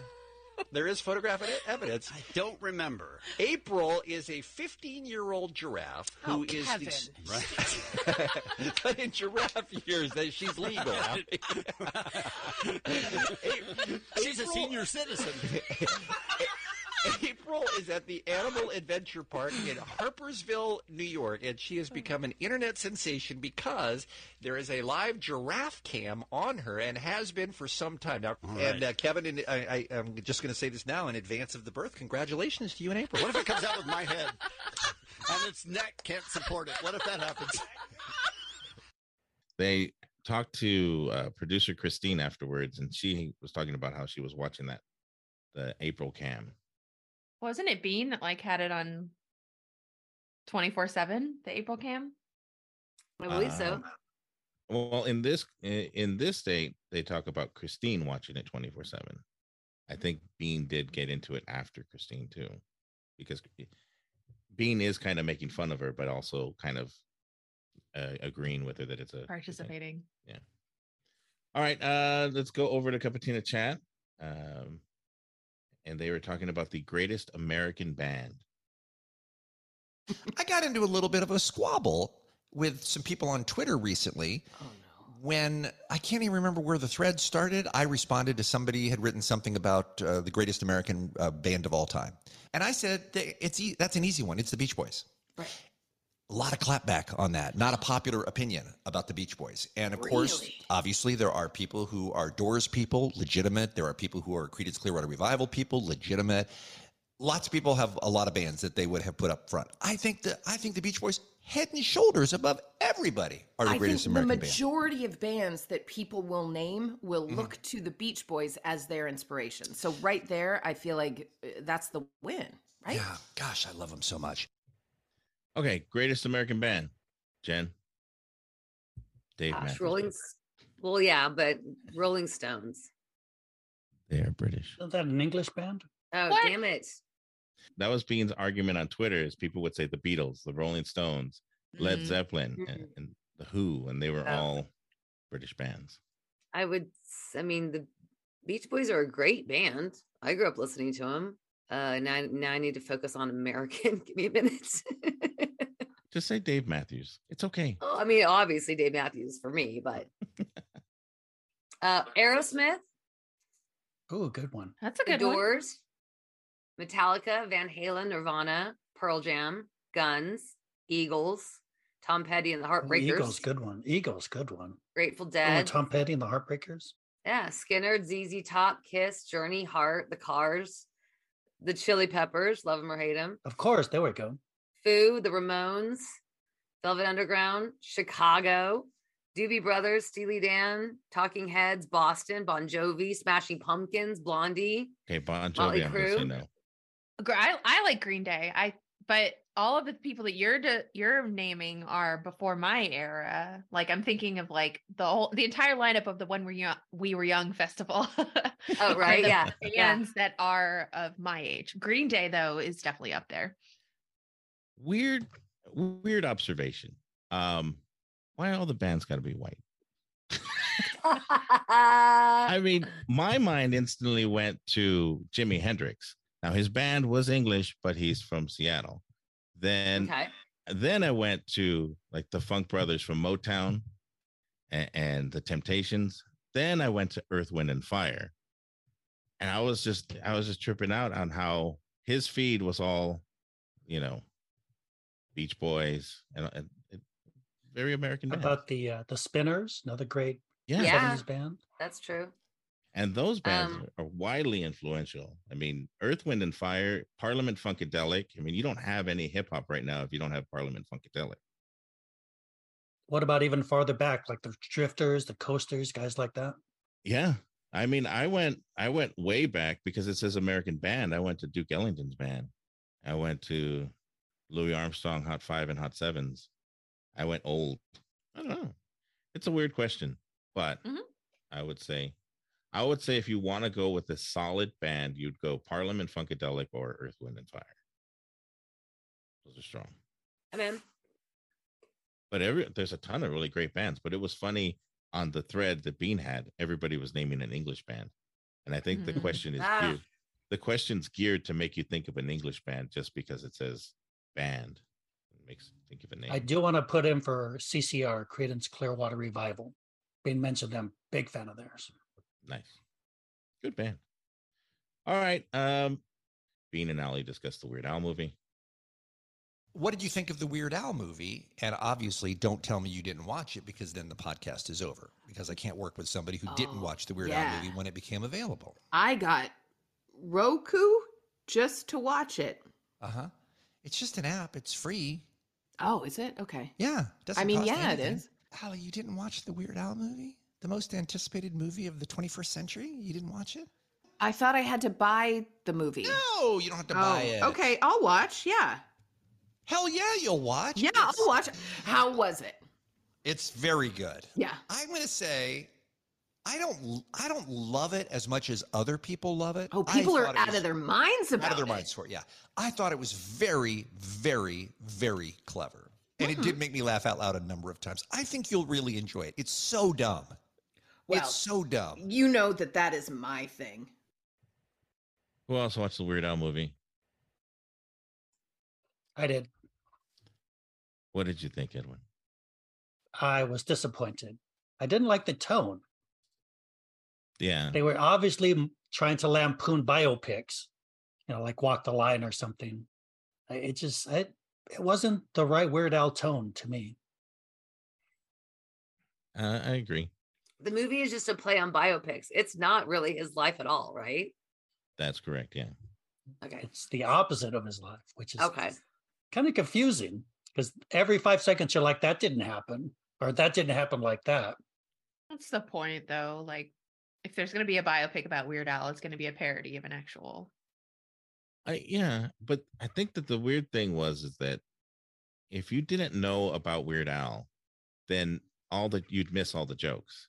there is photographic e- evidence. I
don't remember.
April is a 15 year old giraffe who
Oh,
is
Kevin.
The, but in giraffe years, that she's legal. Alfie.
She's a senior citizen.
April is at the Animal Adventure Park in Harpersville, New York, and she has become an internet sensation because there is a live giraffe cam on her and has been for some time now. And uh, Kevin, in, I, I, I'm just going to say this now in advance of the birth. Congratulations to you in April.
What if it comes out with my head and its neck can't support it? What if that happens?
they talked to uh, producer Christine afterwards, and she was talking about how she was watching that the April cam.
Wasn't it Bean that like had it on 24 7, the April cam?
I
believe so. Um, Well, in this in in this state, they talk about Christine watching it twenty four seven. I think Bean did get into it after Christine too, because Bean is kind of making fun of her, but also kind of uh, agreeing with her that it's a
Participating.
Yeah. All right, uh, let's go over to Cupertino chat. Um, and they were talking about the greatest American band.
I got into a little bit of a squabble with some people on Twitter recently. When I can't even remember where the thread started, I responded to somebody had written something about uh, the greatest American uh, band of all time, and I said "Th- it's e- that's an easy one. It's the Beach Boys. A lot of clapback on that. Not a popular opinion about the Beach Boys. And of course, obviously, there are people who are Doors people, legitimate. There are people who are Creedence Clearwater Revival people, legitimate lots of people have a lot of bands that they would have put up front. I think the I think the Beach Boys, head and shoulders above everybody, are the
I
greatest
think
American
the
band. Mm-hmm.
majority of bands that people will name will look to the Beach Boys as their inspiration. So right there, I feel like uh, that's the win, right?
Yeah, gosh, I love them so much.
Okay, greatest American band, Jen. Dave
Gosh,
Matthews.
Rolling. S- Well, yeah, but Rolling Stones.
They are British.
Isn't that an English band?
Oh, damn it!
That was Bean's argument on Twitter. Is people would say the Beatles, the Rolling Stones, Led
Mhm.
Zeppelin,
Mhm.
and, and the Who, and they were
Oh.
all British bands.
I would. s- I mean, the Beach Boys are a great band. I grew up listening to them. Uh, now, now I need to focus on American. Give me a minute.
Just say Dave Matthews. It's okay.
Oh, I mean, obviously Dave Matthews for me, but uh, Aerosmith,
Oh, good one.
That's a
The
good one.
Doors, Metallica, Van Halen, Nirvana, Pearl Jam, Guns, Eagles, Tom Petty and the
Ooh,
Heartbreakers,
Oh, Eagles, good one. Eagles, good one.
Grateful
Oh,
Dead,
Tom Petty and the Heartbreakers.
yeah, Skinner, ZZ Top, Kiss, Journey, Heart, The Cars, The Chili Peppers, Love 'Em or Hate 'Em,
Of course, there we go.
Foo, The Ramones, Velvet Underground, Chicago, Doobie Brothers, Steely Dan, Talking Heads, Boston, Bon Jovi, Smashing Pumpkins, Blondie.
Okay, Bon
Motley
Jovi. I'm gonna say
Crue.
no.
Gr- I, I like Green Day. I but all of the people that you're de- you're naming are before my era. Like I'm thinking of like the whole the entire lineup of the when we're young we were young festival.
Oh,
are
right.
the
Yeah. Yeah.
bands that are of my age. Green Day though is definitely up there.
Weird, weird observation. Um, why all the bands got to be white? I mean, my mind instantly went to Jimi Hendrix. Now his band was English, but he's from Seattle. Then,
Okay.
then I went to like the Funk Brothers from Motown and, and the Temptations. Then I went to Earth, Wind, and Fire, and I was just I was just tripping out on how his feed was all, you know, Beach Boys and, and very American.
How About the uh, the Spinners, another great
Yeah.
Yeah.
70s band.
That's true.
And those bands
Um,
are widely influential. I mean, Earth, Wind, and Fire, Parliament Funkadelic. I mean, you don't have any hip hop right now if you don't have Parliament Funkadelic.
What about even farther back, like the Drifters, the Coasters, guys like that?
Yeah. I mean, I went I went way back because it says American band. I went to Duke Ellington's band. I went to Louis Armstrong, Hot Five, and Hot Sevens. I went old. I don't know. It's a weird question, but
Mhm.
I would say, I would say if you want to go with a solid band, you'd go Parliament Funkadelic or Earth, Wind, and Fire. Those are strong.
And then
but every there's a ton of really great bands. But it was funny on the thread that Bean had, everybody was naming an English band, and I think the
Mhm.
question is
Ah.
geared, the question's geared to make you think of an English band just because it says band, it makes you think of a name.
I do want to put in for CCR, Credence Clearwater Revival. Being mentioned them, big fan of theirs.
Nice, good band. All right, um, Bean and Ali discussed the Weird Al movie.
What did you think of the Weird Al movie? And obviously, don't tell me you didn't watch it because then the podcast is over because I can't work with somebody who didn't
Oh,
watch the Weird
yeah.
Al movie when it became available.
I got Roku just to watch it.
Uh huh. It's just an app, it's free.
Oh, is it? Okay.
Yeah.
I
doesn't
mean,
cost
yeah, it
anything.
is.
Allie, you didn't watch the Weird Al movie? The most anticipated movie of the 21st century? You didn't watch it?
I thought I had to buy the movie.
No, you don't have to
Oh,
buy it.
Okay, I'll watch. Yeah.
Hell yeah, you'll watch.
Yeah, I'll watch. How was it?
It's very good.
Yeah.
I'm going to say I don't l- I don't love it as much as other people love it. Oh,
people are out of their minds
Out
about
of their
it.
minds for it. Yeah. I thought it was very very very clever. And
Hmm.
it did make me laugh out loud a number of times. I think you'll really enjoy it. It's so dumb.
Well,
it's so dumb.
You know that that is my thing.
Who else watched the Weird Al movie?
I did.
What did you think, Edwin?
I was disappointed. I didn't like the tone.
Yeah,
They were obviously m- trying to lampoon biopics, you know, like Walk the Line or something. I- It just it, it wasn't the right Weird Al tone to me.
uh, I agree.
the movie is just a play on biopics. It's not really his life at all, right?
That's correct. Yeah.
Okay.
It's the opposite of his life, which is
Okay.
kind of confusing because every five seconds you're like, that didn't happen, or that didn't happen like that.
What's the point though? Like, if there's gonna be a biopic about Weird Al, it's gonna be a parody of an actual.
I yeah, but I think that the weird thing was is that if you didn't know about Weird Al, then all that you'd miss all the jokes.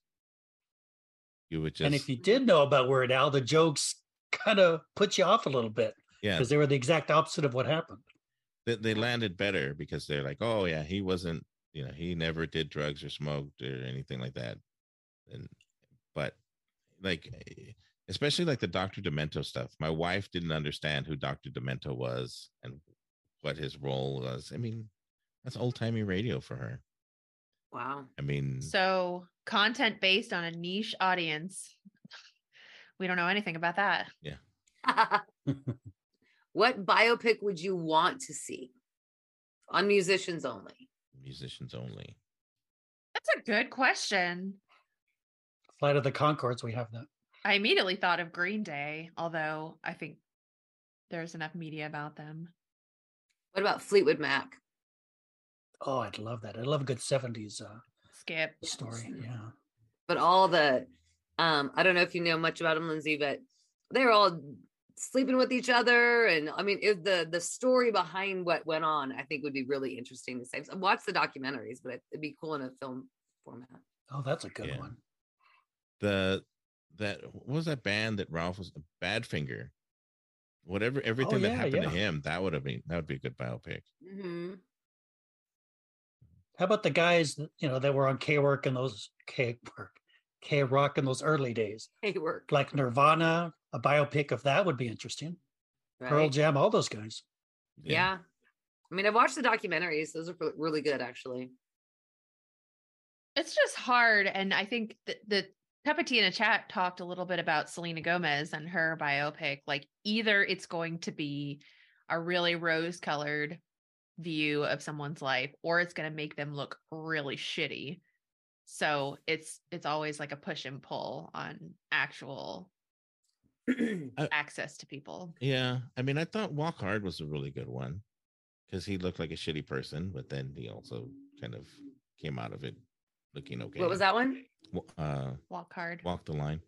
You would just
And if you did know about Weird Al, the jokes kind of put you off a little bit
yeah,
because they were the exact opposite of what happened.
they, they landed better because they're like, oh yeah, he wasn't, you know, he never did drugs or smoked or anything like that. And but like eh, especially like the Dr. Demento stuff. My wife didn't understand who Dr. Demento was and what his role was. I mean, that's old timey radio for her.
Wow.
I mean,
So content based on a niche audience. we don't know anything about that.
What biopic would you want to see on musicians only?
musicians only.
That's a good question.
Flight of the Concords, we have that.
I immediately thought of Green Day, although I think there's enough media about them.
What about Fleetwood Mac?
Oh, I'd love that. I love a good 70s uh,
Skip.
story. Yeah.
But all the, um, I don't know if you know much about them, Lindsay, but they're all sleeping with each other, and I mean, it, the the story behind what went on, I think, would be really interesting to say. Watch the documentaries, but it'd be cool in a film format.
Oh, that's a good one.
The that what was that band that Ralph was Badfinger. Whatever everything that
Oh, yeah,
happened to
yeah.
him, that would have been that would be a good biopic.
Mm-hmm.
How about the guys that you know that were on K work and those K work, K Rock in those early days.
They work.
Like Nirvana, a biopic of that would be interesting. Pearl
Right.
Jam, all those guys.
Yeah. I mean, I've watched the documentaries. Those are re- really good, actually.
It's just hard. And I think the, the cup of tea in a chat talked a little bit about Selena Gomez and her biopic. Like either it's going to be a really rose colored view of someone's life, or it's going to make them look really shitty. So it's it's always like a push and pull on actual access to people.
Yeah, I mean, I thought Walk Hard was a really good one because he looked like a shitty person, but then he also kind of came out of it looking okay.
What was that one?
Wa- Uh,
Walk hard.
Walk the line.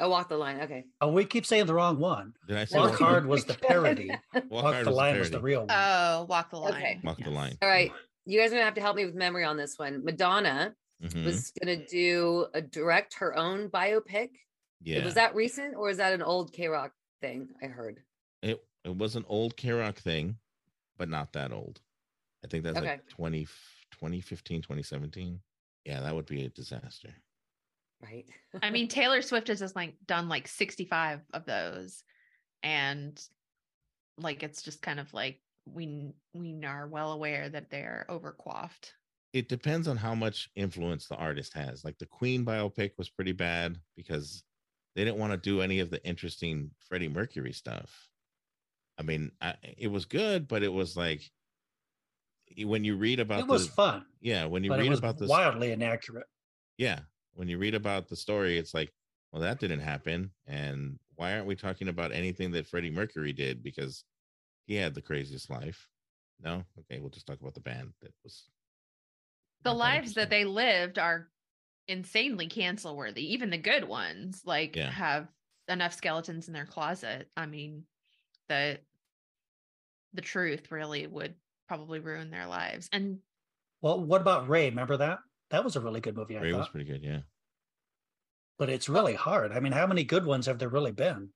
Oh, Walk the Line. Okay.
Oh, we keep saying the wrong one.
Did I say
Walk
Walk-
Hard was the parody. Walk,
Hard
the
was the
Line was the
parody.
real one.
Oh, Walk the Line.
Okay.
Walk the line.
All right. You guys are going to have to help me with memory on this one. Madonna
Mhm.
was going to do a direct her own biopic.
Yeah,
Was that recent or is that an old K Rock thing I heard?
it. It was an old K Rock thing, but not that old. I think that's
Okay.
like 20, 2015, 2017. Yeah, that would be a disaster.
Right.
I mean, Taylor Swift has just like done like 65 of those. And like it's just kind of like we kn- we are well aware that they're overquaffed.
it depends on how much influence the artist has. Like the Queen biopic was pretty bad because they didn't want to do any of the interesting Freddie Mercury stuff. I mean, I, it was good, but it was like y- when you read about
It was
the-
fun,
Yeah, when you
but it
read
was
about this,
wildly inaccurate.
yeah, when you read about the story, it's like, well, that didn't happen, and why aren't we talking about anything that Freddie Mercury did because he had the craziest life? No, okay, we'll just talk about the band that was
The lives that they lived are insanely cancel worthy. Even the good ones like
Yeah.
have enough skeletons in their closet. I mean, the the truth really would probably ruin their lives. And
Well, what about Ray? Remember that? That was a really good movie, I
Ray
thought.
was pretty good, yeah.
But it's really hard. I mean, how many good ones have there really been?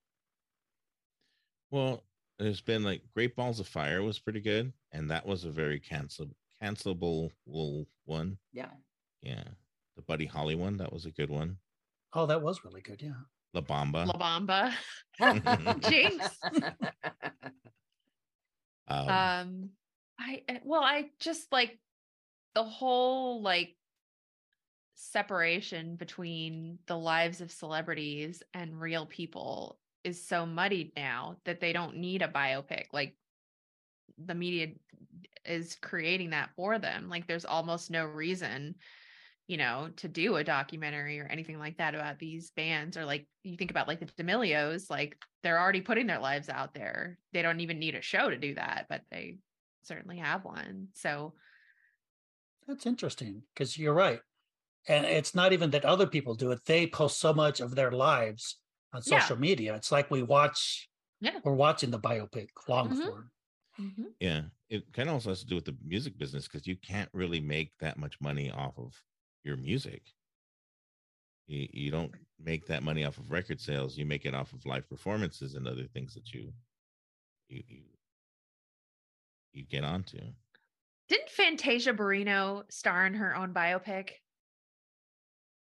Well, there's been like Great Balls of Fire was pretty good, and that was a very cancel cancelable one.
Yeah.
Yeah, the Buddy Holly one that was a good one.
Oh, that was really good. Yeah.
La Bamba.
La Bamba. Jinx.
Um,
um i I- well i just like the whole like separation between the lives of celebrities and real people is so muddied now that they don't need a biopic like the media is creating that for them like there's almost no reason you know to do a documentary or anything like that about these bands or like you think about like the D'Amelios like they're already putting their lives out there they don't even need a show to do that but they certainly have one so
That's interesting because you're right. And it's not even that other people do it. They post so much of their lives on
Yeah.
social media. It's like we watch,
Yeah.
we're watching the biopic long
Mhm.
form.
yeah, it kind of also has to do with the music business because you can't really make that much money off of your music. You, you don't make that money off of record sales. You make it off of live performances and other things that you you you, you get onto.
didn't fantasia barrino star in her own biopic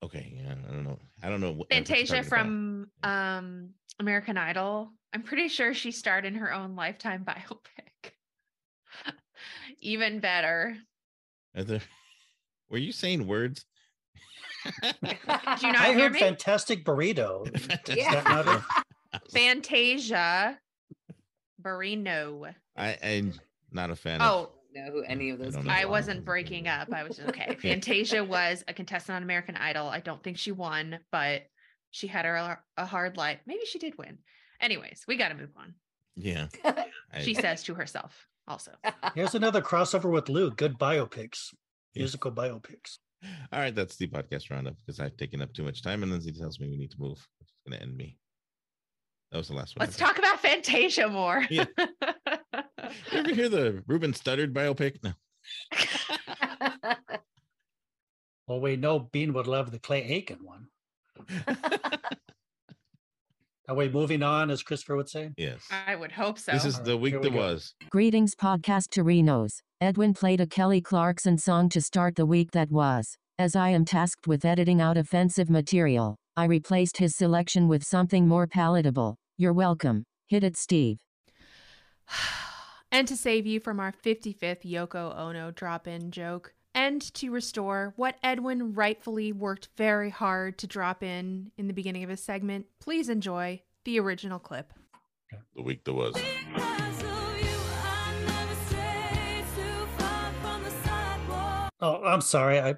Okay, yeah, I don't know. I don't know. what- what you're
fantasia
talking about.
from um american idol i'm pretty sure she starred in her own lifetime biopic even better
Are there- were you saying words?
do you not
I
hear
heard
me
Fantastic Burrito. Is that not it?
fantasia barrino
I am not a fan. of,
oh
know who any of those
don't know.
I wasn't breaking up. I was just okay.
Yeah.
Fantasia was a contestant on American Idol. I don't think she won, but she had her a hard life. Maybe she did win. Anyways, we got to move on.
yeah. I-
She says to herself also.
Here's another crossover with Lou. Good biopics, musical biopics.
All right, that's the podcast roundup because I've taken up too much time, and Lindsay tells me we need to move, which is going to end me. That was the last one.
Let's
I
talk about Fantasia more.
Yeah. did. You ever hear the Ruben Studdard biopic? No.
Well, we know Bean would love the Clay Aiken one. Are we moving on, as Christopher would say?
Yes.
I would hope so.
This is the week that was.
Greetings, podcast Torinos. Edwin played a Kelly Clarkson song to start the week that was, As I am tasked with editing out offensive material, I replaced his selection with something more palatable. You're welcome. Hit it, Steve.
And to save you from our 55th Yoko Ono drop in joke, and to restore what Edwin rightfully worked very hard to drop in in the beginning of his segment, please enjoy the original clip.
The week that was.
Oh, I'm sorry. I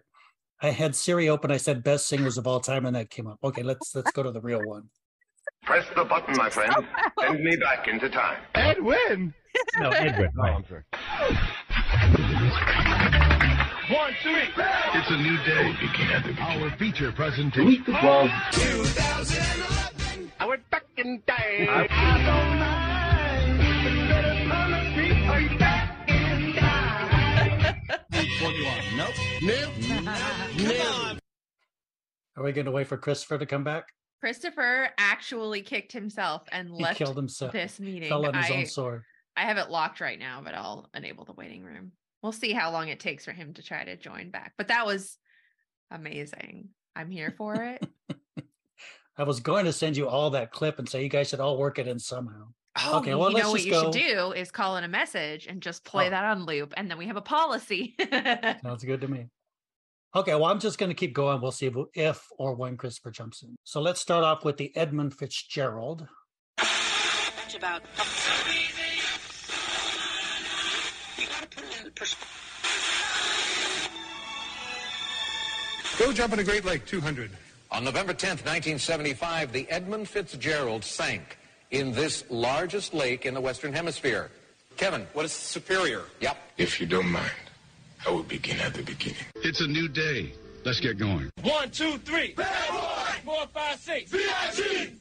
I had Siri open. I said best singers of all time, and that came up. Okay, let's let's go to the real one.
Press the button, my friend. Send me back into time.
Edwin. No, Edwin.
Oh, I'm sorry. One, two, three. It's a new day. Our feature presentation. Week
that was.
2011. Our back in time.
Nope. Nope.
Are we going to wait for Christopher to come back?
Christopher actually kicked himself and
He
left
killed himself.
this meeting.
Fell on his
I,
own sword.
I have it locked right now, but I'll enable the waiting room. We'll see how long it takes for him to try to join back. But that was amazing. I'm here for it.
I was going to send you all that clip and say you guys should all work it in somehow.
Oh,
okay,
you
well let's
know what
just
you
go. Oh.
should do is call in a message and just play that on loop, and then we have a policy.
Sounds good to me. Okay, well I'm just going to keep going. We'll see if, if or when Christopher jumps in. So let's start off with the Edmund Fitzgerald.
That's about.
Go jump in a Great Lake 200. On November 10th, 1975, the Edmund Fitzgerald sank in this largest lake in the Western Hemisphere. Kevin, what is Superior? Yep.
If you don't mind, I will begin at the beginning. It's a new day. Let's get going.
One, two, three. Bad boy. Four, five, six. VIG.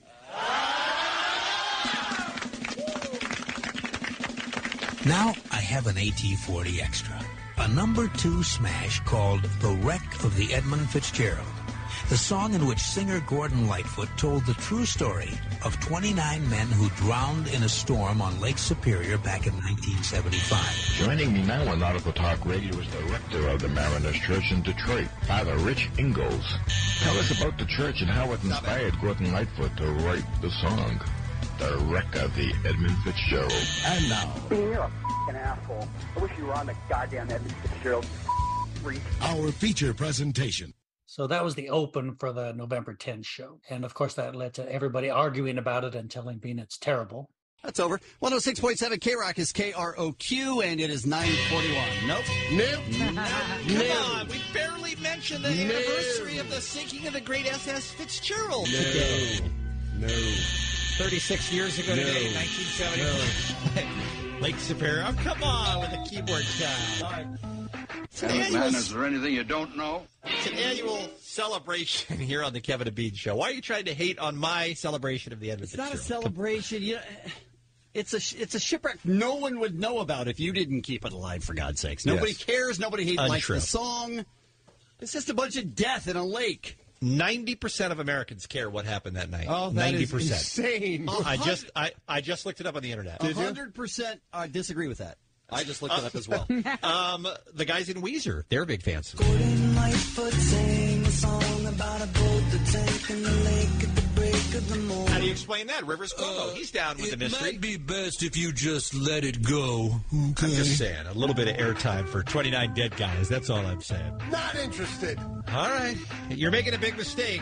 Now I have an AT-40 Extra, a number two smash called The Wreck of the Edmund Fitzgerald, the song in which singer Gordon Lightfoot told the true story of 29 men who drowned in a storm on Lake Superior back in 1975.
Joining me now on Nautical Talk Radio is the rector of the Mariners Church in Detroit, Father Rich Ingalls. Tell us about the church and how it inspired Gordon Lightfoot to write the song, The Wreck of the Edmund Fitzgerald. And now,
You're a f***ing asshole. I wish you were on the goddamn Edmund Fitzgerald.
Our feature presentation.
So that was the open for the November 10th show. And of course, that led to everybody arguing about it and telling Bean it's terrible.
That's over. 106.7 K Rock is K R O Q, and it is 941. Nope. Nope.
Come on, we barely mentioned the
No.
anniversary of the sinking of the great SS Fitzgerald. today.
No. 36 years
ago today, 1975. Lake Superior. Oh, come on with the keyboard child. It's an, annual,
there anything you don't know?
it's an annual celebration here on the Kevin and Bean Show. Why are you trying to hate on my celebration of the Edmund
It's not a
Fitzgerald?
celebration. You know, it's a sh- it's a shipwreck no one would know about if you didn't keep it alive. For God's sakes, nobody
Yes.
cares. Nobody hates, likes
Untrue.
the song. It's just a bunch of death in a lake.
Ninety percent of Americans care what happened that night.
Oh, that
ninety
is
percent.
insane. Uh-huh.
I just I, I just looked it up on the internet.
A hundred percent. I disagree with that. I just looked it up as well.
um, the guys in Weezer, they're big fans.
Gordon Lightfoot sang a song about a boat that's sank in the lake at the break of the morning.
How do you explain that? Rivers Cuomo, Oh, he's down with the mystery.
Might be best if you just let it go. Okay.
I'm just saying, a little bit of airtime for 29 dead guys. That's all I'm saying.
Not interested.
All right, you're making a big mistake.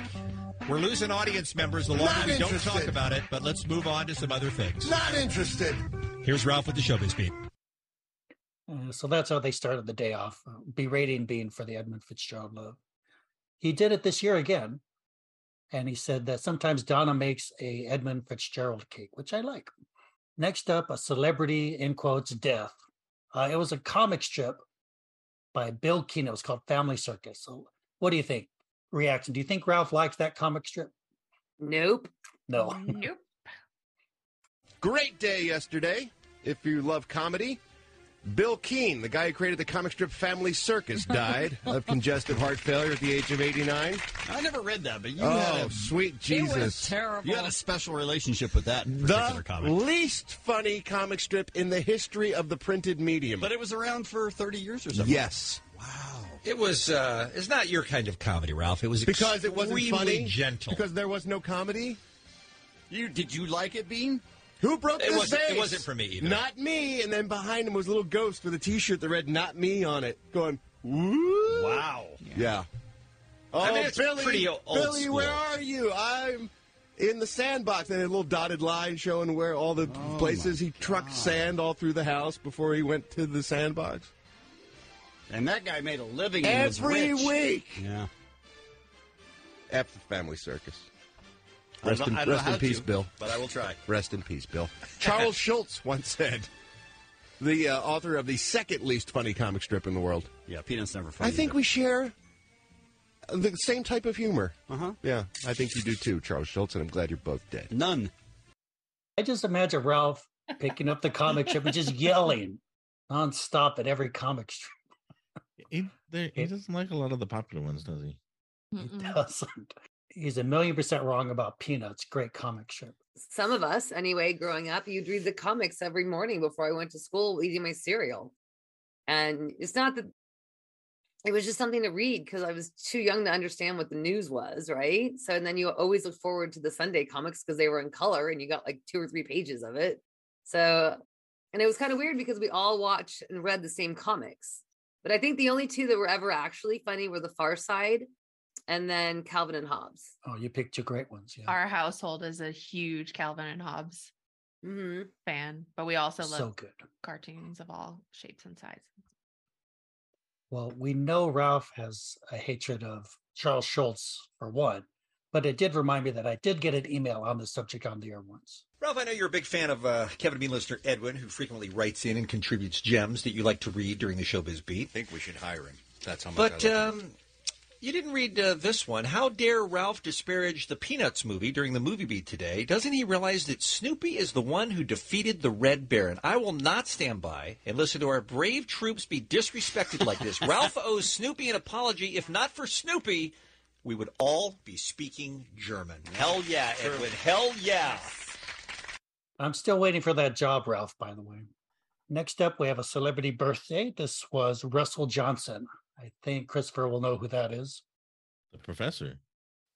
We're losing audience members the longer
Not
we don't
interested.
talk about it. But let's move on to some other things.
Not interested.
Here's Ralph with the showbiz beat.
Uh, so that's how they started the day off, uh, berating Bean for the Edmund Fitzgerald love. He did it this year again. And he said that sometimes Donna makes a Edmund Fitzgerald cake, which I like. Next up, a celebrity in quotes death. Uh, it was a comic strip by Bill Keane. It was called Family Circus. So what do you think? Reaction. Do you think Ralph likes that comic strip?
Nope.
No.
Nope.
Great day yesterday. If you love comedy, Bill Keane, the guy who created the comic strip Family Circus, died of congestive heart failure at the age of 89.
I never read that, but you
oh,
had a-
sweet
It was
Jesus.
terrible. You had a special relationship with that particular
the
comic.
least funny comic strip in the history of the printed medium.
But it was around for 30 years or something.
Yes.
Wow.
It was. Uh, it's not your kind of comedy, Ralph. It was
Because it wasn't
extremely
funny?
gentle.
Because there was no comedy?
You did you like it, Bean?
Who broke
It
this
wasn't- it
vase?
wasn't for me either.
Not me. And then behind him was a little ghost with a T-shirt that read "Not me" on it, going, "Woo!"
Wow.
Yeah. Oh, I mean, it's Billy, pretty o- old Billy, school. where are you? I'm in the sandbox. And a little dotted line showing where all the places he trucked sand all through the house before he went to the sandbox.
And that guy made a living and was
every
rich.
week.
Yeah.
F the family circus.
I
Rest
don't-
in,
I don't know
rest in
how
peace,
to,
Bill.
but I will try.
Rest in peace, Bill. Charles Schultz once said, the uh, author of the second least funny comic strip in the world.
Yeah, Peanuts never funny.
I think we share the same type of humor.
Uh huh.
Yeah, I think you do too, Charles Schultz, and I'm glad you're both dead.
None.
I just imagine Ralph picking up the comic strip and just yelling nonstop at every comic strip.
He, there, he doesn't like a lot of the popular ones, does he?
He doesn't. He's a million percent wrong about Peanuts. Great comic strip.
Some of us, anyway, growing up, you'd read the comics every morning before I went to school, eating my cereal. And it's not that it was just something to read because I was too young to understand what the news was, right? So, and then you always look forward to the Sunday comics because they were in color and you got like two or three pages of it. So, and it was kind of weird because we all watched and read the same comics. But I think the only two that were ever actually funny were The Far Side and then Calvin and Hobbes.
Oh, you picked two great ones. Yeah.
Our household is a huge Calvin and Hobbes fan, but we also love
Mm-hmm. So good.
cartoons of all shapes and sizes.
Well, we know Ralph has a hatred of Charles Schultz for one, but it did remind me that I did get an email on this subject on the air once.
Ralph, I know you're a big fan of uh, Kevin Bean listener Edwin, who frequently writes in and contributes gems that you like to read during the Showbiz Beat. I think we should hire him. That's how
But
I love him.
um, you didn't read uh, this one. How dare Ralph disparage the Peanuts movie during the movie beat today? Doesn't he realize that Snoopy is the one who defeated the Red Baron? I will not stand by and listen to our brave troops be disrespected like this. Ralph owes Snoopy an apology. If not for Snoopy, we would all be speaking German. Hell yeah, Edwin. Hell yeah.
I'm still waiting for that job, Ralph, by the way. Next up, we have a celebrity birthday. This was Russell Johnson. I think Christopher will know who that is.
The professor.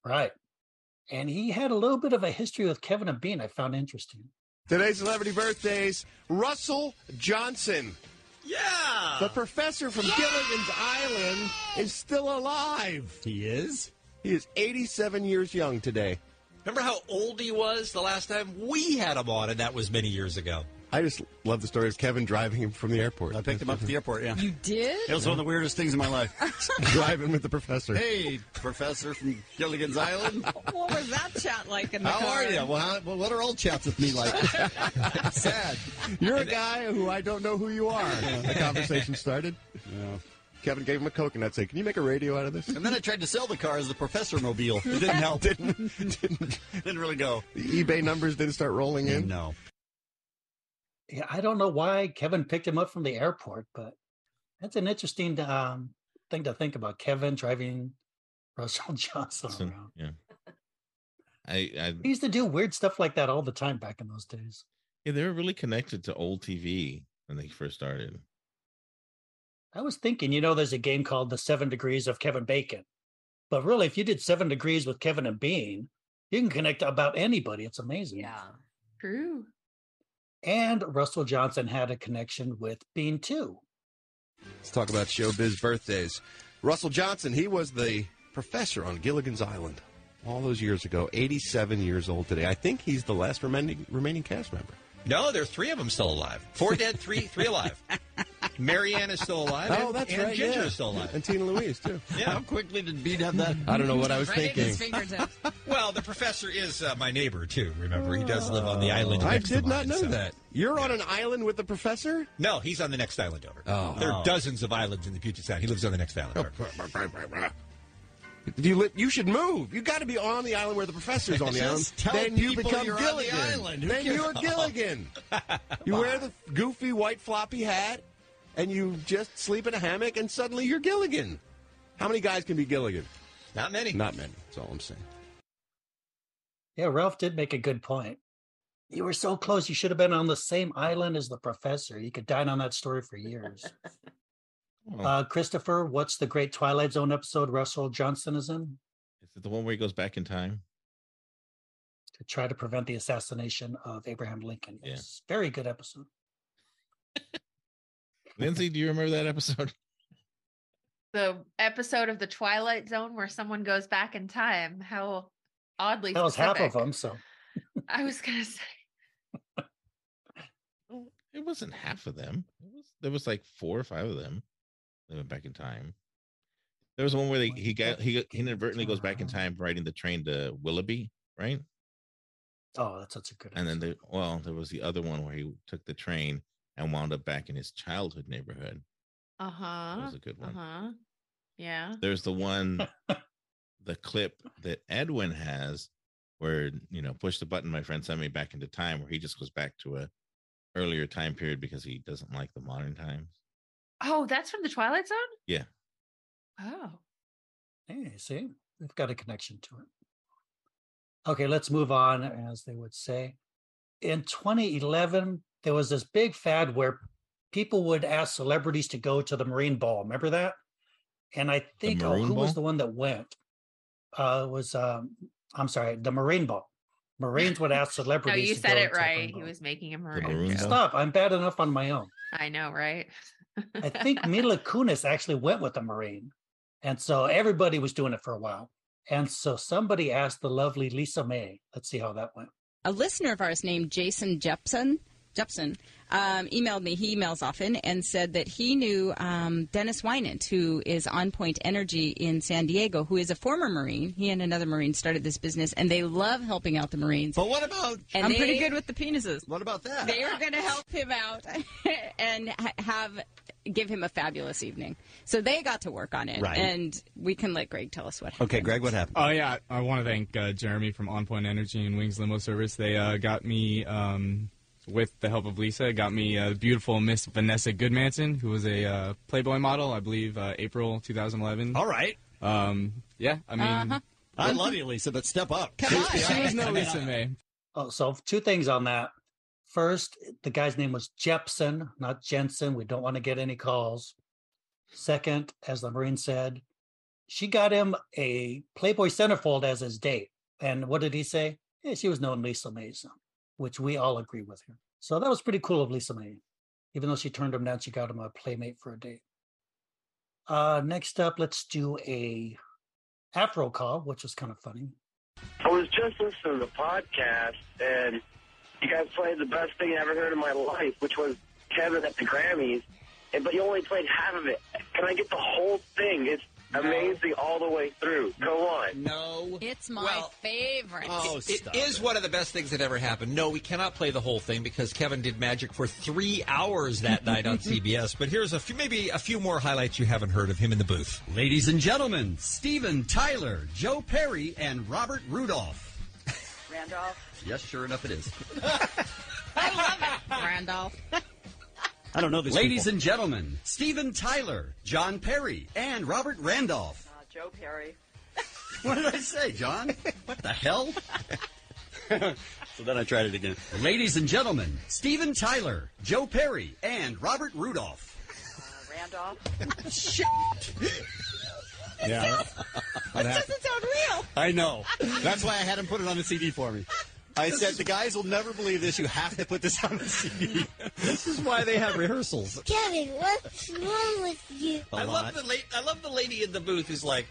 Right. And he had a little bit of a history with Kevin and Bean I found interesting.
Today's celebrity birthdays: Russell Johnson.
Yeah.
The professor from Gilligan's Island is still alive.
He is?
He is 87 years young today.
Remember how old he was the last time we had him on, and that was many years ago.
I just love the story of Kevin driving him from the airport. I
picked him up at the airport, yeah. You
did?
It was one of the weirdest things in my life.
driving with the professor.
Hey, Professor from Gilligan's Island.
What was that chat like in the
How
car?
are you? Well, how, well, what are old chats with me like? Sad.
You're a guy who I don't know who you are. The conversation started. Kevin gave him a coconut. Say, can you make a radio out of this?
And then I tried to sell the car as the Professor Mobile. It didn't help.
didn't,
didn't, didn't really go.
The eBay numbers didn't start rolling in.
No.
Yeah, I don't know why Kevin picked him up from the airport, but that's an interesting um, thing to think about. Kevin driving Russell Johnson
So,
around.
yeah. I, I
He used to do weird stuff like that all the time back in those days.
yeah, they were really connected to old TV when they first started.
I was thinking, you know, there's a game called The Seven Degrees of Kevin Bacon. But really, if you did Seven Degrees with Kevin and Bean, you can connect to about anybody. It's amazing. Yeah.
True.
And Russell Johnson had a connection with Bean too.
Let's talk about showbiz birthdays. Russell Johnson, he was the professor on Gilligan's Island all those years ago. 87 years old today. I think he's the last remaining remaining cast member.
No, there are three of them still alive. Four dead, three three alive. Marianne is still alive.
Oh,
and,
that's
and
right,
Ginger
yeah.
is still alive.
And Tina Louise too.
Yeah.
How quickly did Bean have that?
I don't know what I was thinking.
well, the professor is uh, my neighbor too. Remember, he does live on the island.
Oh, I
next to
did not
mine,
know
so-
that. You're on an island with the professor?
No, he's on the next island over.
Oh.
There are
Oh.
dozens of islands in the Puget Sound. He lives on the next island. over.
You, li- you should move. You got to be on the island where the professor's on the
Just
island.
tell
then you
people
become
you're on the
Gilligan.
island. Who
Then
gives-
you're Gilligan. you wear the goofy white floppy hat, and you just sleep in a hammock, and suddenly you're Gilligan. How many guys can be Gilligan?
Not many.
Not many. That's all I'm saying.
Yeah, Ralph did make a good point. You were so close. You should have been on the same island as the professor. You could dine on that story for years.
Hmm.
Uh, Christopher, what's the great Twilight Zone episode Russell Johnson is in
Is it the one where he goes back in time?
to try to prevent the assassination of Abraham Lincoln?
Yeah.
Yes. Very good episode.
Lindsay, do you remember that episode?
The episode of the Twilight Zone where someone goes back in time. How oddly
That was half of
specific.
them. So
I was gonna say
Oh, It wasn't half of them. It was there was like four or five of them. They went back in time. There was one where they, he got he got- inadvertently goes back in time riding the train to Willoughby, right?
Oh, that's such a good
And then the well, there was the other one where he took the train and wound up back in his childhood neighborhood.
Uh huh.
a good one.
Uh huh. Yeah.
There's the one, the clip that Edwin has where, you know, push the button, my friend sent me back into time, where he just goes back to a earlier time period because he doesn't like the modern times.
Oh, that's from the Twilight Zone.
Yeah.
Oh.
Hey, see, we've got a connection to it. Okay, let's move on, as they would say. In 2011, there was this big fad where people would ask celebrities to go to the Marine Ball. Remember that? And I think oh,
Maroon
who was
Ball?
the one that went? Uh, it was um, I'm sorry, the Marine Ball. Marines would ask
No,
celebrities.
you
to
said
go
it
to the
right.
Marine
He
Ball.
was making a maroon.
Maroon
joke.
Ball?
Stop! I'm bad enough on my own.
I know, right?
I think Mila Kunis actually went with a Marine. And so everybody was doing it for a while. And so somebody asked the lovely Lisa May. Let's see how that went.
a listener of ours named Jason Jepson Jepson um, emailed me. He emails often and said that he knew um, Dennis Wynant, who is On Point Energy in San Diego, who is a former Marine. He and another Marine started this business, and they love helping out the Marines. But what about? And
I'm pretty good
with the penises.
What about that?
They are going to help him out and ha- have give him a fabulous evening. So they got to work on it,
Right.
and we can let Greg tell us what.
Okay, Greg, what happened? Oh yeah, I want to thank uh, Jeremy from On Point Energy and Wings Limo Service. They uh, got me um, with the help of Lisa, got me uh, beautiful Miss Vanessa Goodmanson, who was a uh, Playboy model, I believe, uh, April 2011. All right. Um, yeah, I mean,
I love you, Lisa, but step up.
she was no
I mean,
Lisa May.
Oh, so two things on that. First, the guy's name was Jepson, not Jensen. We don't want to get any calls. Second, as the Marine said, she got him a Playboy centerfold as his date. And what did he say? Yeah, she was known Lisa Mason, which we all agree with him. So that was pretty cool of Lisa May. Even though she turned him down, she got him a playmate for a date. Uh, next up, let's do a Afro call, which was kind of funny.
I was just listening to the podcast, and you guys played the best thing I ever heard in my life, which was Kevin at the Grammys. And but you only played half of it. Can I get the whole thing? It's amazing all the way through. Go on.
No, it's my favorite.
Oh,
it is one of the best things that ever happened. No, we cannot play the whole thing because Kevin did magic for three hours that night on CBS. But here's a few, maybe a few more highlights you haven't heard of him in the booth.
Ladies and gentlemen, Steven Tyler, Joe Perry, and Robert Rudolph.
Randolph.
Yes, sure enough, it is.
I love it, Randolph.
I don't know
these
Ladies
people.
and gentlemen, Steven Tyler, John Perry, and Robert Randolph.
Uh, Joe Perry.
What did I say, John? What the hell? so then I tried it again. Ladies and gentlemen, Steven Tyler, Joe Perry, and Robert Rudolph.
Uh, Randolph.
Shit.
Yeah.
What happened?
sound real.
I know. That's why I had him put it on the CD for me. I said, the guys will never believe this. You have to put this on the CD. this is why they have rehearsals.
Kevin, what's wrong with you?
A
I
lot.
love the late, I love the lady in the booth who's like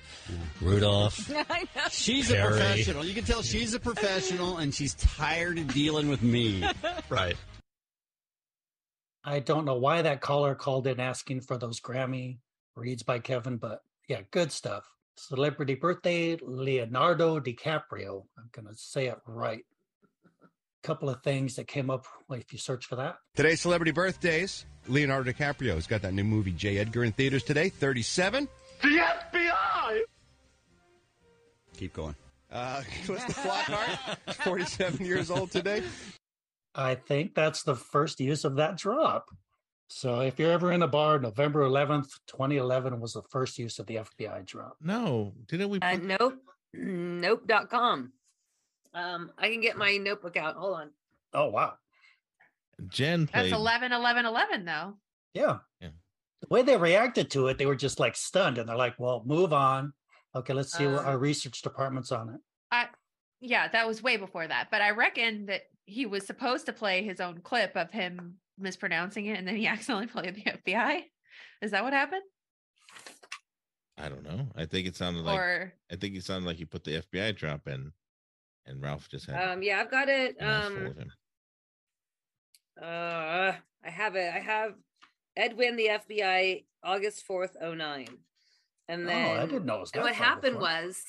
Rudolph.
I know.
She's a
Perry.
professional. You can tell she's a professional, and she's tired of dealing with me.
Right.
I don't know why that caller called in asking for those Grammy reads by Kevin, but yeah, good stuff. Celebrity birthday, Leonardo DiCaprio. I'm going to say it right. Couple of things that came up if you search for that.
Today's celebrity birthdays. Leonardo DiCaprio has got that new movie J. Edgar in theaters today, 37.
The FBI.
Keep going.
Uh, Calista Flockhart, 47 years old today.
I think that's the first use of that drop. So if you're ever in a bar, November 11th, 2011 was the first use of the FBI drop.
No, didn't we?
Uh,
nope. Nope.com. Um, I can get my notebook out. Hold on.
Oh, wow.
Jen
That's
played.
11, 11, 11, though.
Yeah. the way they reacted to it, they were just like stunned and they're like, well, move on. Okay, let's see what
Uh.
our research department's on it.
I yeah, that was way before that. But I reckon that he was supposed to play his own clip of him mispronouncing it, and then he accidentally played the FBI. Is that what happened?
I don't know. I think it sounded like
Or-
I think it sounded like you put the FBI drop in, and Ralph just had
Um, yeah, I've got it.
a mouthful
Um,
of him.
uh, I have it. I have Edwin, the FBI, August 4th, 09. And
Oh,
then
I didn't know it was
and
that
what
far
happened
before.
was,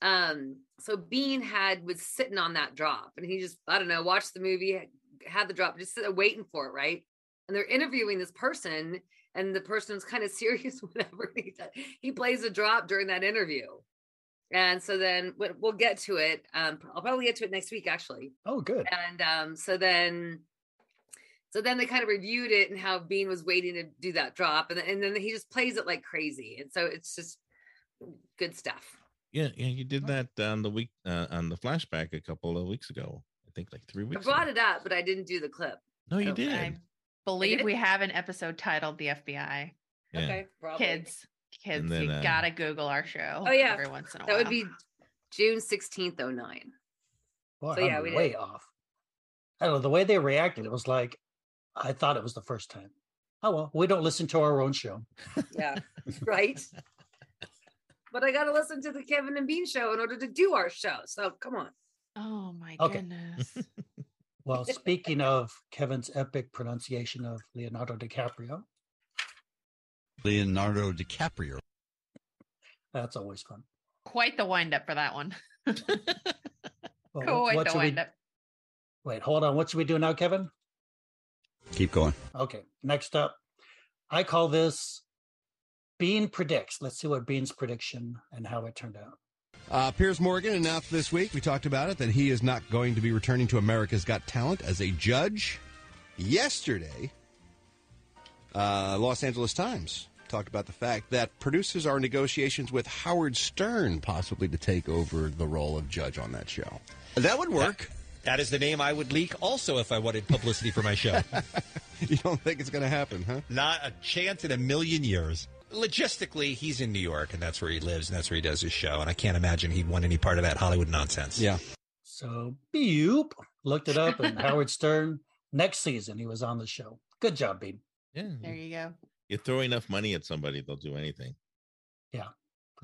um, so Bean had was sitting on that drop and he just, I don't know, watched the movie, had- had the drop, just sitting there waiting for it, right? And they're interviewing this person, and the person's kind of serious, whatever. He, does. he plays a drop during that interview. And so then we- we'll get to it. Um, I'll probably get to it next week, actually.
Oh, good.
And um, so then, so then they kind of reviewed it and how Bean was waiting to do that drop, and, and then he just plays it like crazy, and so it's just good stuff.
Yeah, yeah, you did that on the week uh, on the flashback a couple of weeks ago. I think like three
I
weeks. ago.
brought it up, but I didn't do the clip.
No, you
Oh,
did.
I-
Believe we have an episode titled "The FBI."
Yeah. Okay,
probably.
kids, kids,
then,
you
uh,
gotta Google our show.
Oh yeah,
every once in a
that
while.
would be June sixteenth, oh nine.
Boy,
So,
I'm
yeah, we did.
way off. I don't know. The way they reacted, it was like, I thought it was the first time. Oh, well, we don't listen to our own show.
Yeah, right. But I got to listen to the Kevin and Bean show in order to do our show. So come on.
Oh my
Okay.
goodness.
Well, speaking of Kevin's epic pronunciation of Leonardo DiCaprio,
Leonardo DiCaprio.
that's always fun.
Quite the wind up for that one.
Well, what-
Quite
what
the
should we-
wind up.
Wait, hold on. What should we do now, Kevin?
Keep going.
Okay, next up, I call this Bean predicts. Let's see what Bean's prediction and how it turned out.
Uh, Piers Morgan announced this week, we talked about it, that he is not going to be returning to America's Got Talent as a judge. Yesterday, uh, Los Angeles Times talked about the fact that producers are in negotiations with Howard Stern possibly to take over the role of judge on that show.
That would work. that is the name I would leak also if I wanted publicity for my show.
you don't think it's going to happen, huh?
Not a chance in a million years. Logistically, he's in New York, and that's where he lives, and that's where he does his show. And I can't imagine he'd want any part of that Hollywood nonsense.
Yeah.
So Beep looked it up, and Howard Stern next season he was on the show. Good job, Bean.
Yeah,
There you go.
you throw enough money at somebody, they'll do anything.
Yeah.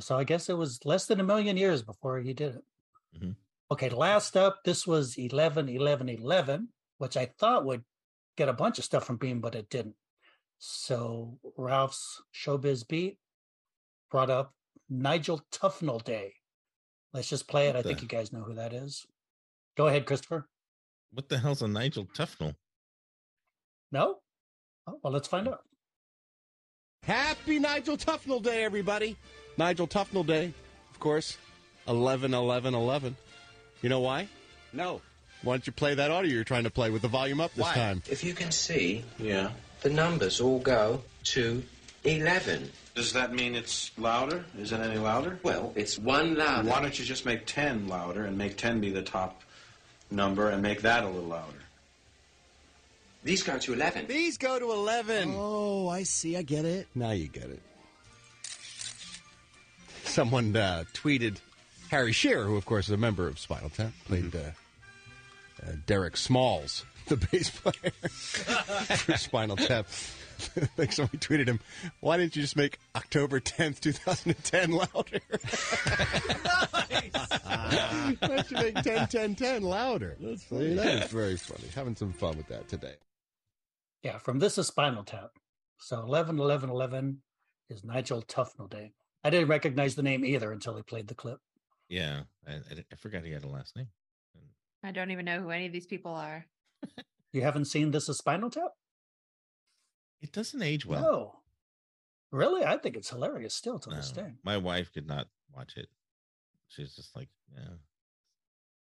So I guess it was less than a million years before he did it.
Mhm.
Okay, last up, this was 11 11 11, which I thought would get a bunch of stuff from Bean, but it didn't. So Ralph's Showbiz Beat brought up Nigel Tufnell Day. Let's just play it. I
What
think
the-
you guys know who that is. Go ahead, Christopher.
What the hell's a Nigel Tufnell?
No? Oh, well, let's find out.
Happy Nigel Tufnell Day, everybody. Nigel Tufnell Day, of course. 11 11 11. You know why? No. Why don't you play that audio you're trying to play with the volume up this
Why?
time?
If you can see, yeah, the numbers all go to 11.
Does that mean it's louder? Is it any louder?
Well, it's one louder.
Why don't you just make 10 louder and make 10 be the top number and make that a little louder?
These go to 11.
These go to 11. Oh, I see. I get it. Now you get it. Someone uh, tweeted Harry Shearer, who, of course, is a member of Spinal Tap, played uh, uh, Derek Smalls, the bass player for Spinal Tap. I think somebody tweeted him, Why didn't you just make October 10th, 2010 louder? Why don't you make 10, 10, 10 louder? That's
funny.
That is very funny. Having some fun with that today.
Yeah, from This is Spinal Tap. So 11 11 11 is Nigel Tufnell Day. I didn't recognize the name either until they played the clip.
Yeah, I, I, I forgot he had a last name.
I don't even know who any of these people are.
You haven't seen This is Spinal Tap?
It doesn't age well.
No. Really? I think it's hilarious still to this
No.
day.
My wife could not watch it. She's just like, yeah.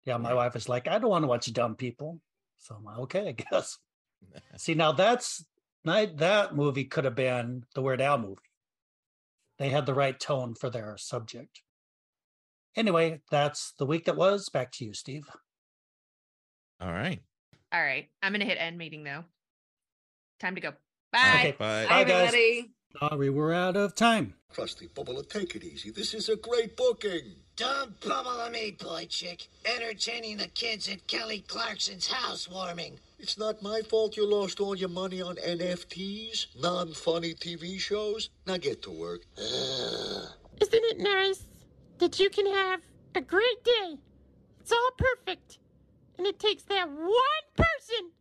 Yeah, my wife is like, I don't want to watch dumb people. So I'm like, okay, I guess. See, now that's night that movie could have been the Weird Al movie. They had the right tone for their subject. Anyway, that's the week that was. Back to you, Steve.
All right.
All right. I'm going to hit end meeting though. Time to go. Bye.
Bye, guys.
everybody.
Sorry, we're out of time.
Krusty Bubble, take it easy. This is a great booking.
Don't bubble on me, boy chick. Entertaining the kids at Kelly Clarkson's housewarming.
It's not my fault you lost all your money on NFTs, non funny TV shows. Now get to work.
Isn't it nice that you can have a great day? It's all perfect. And it takes that one person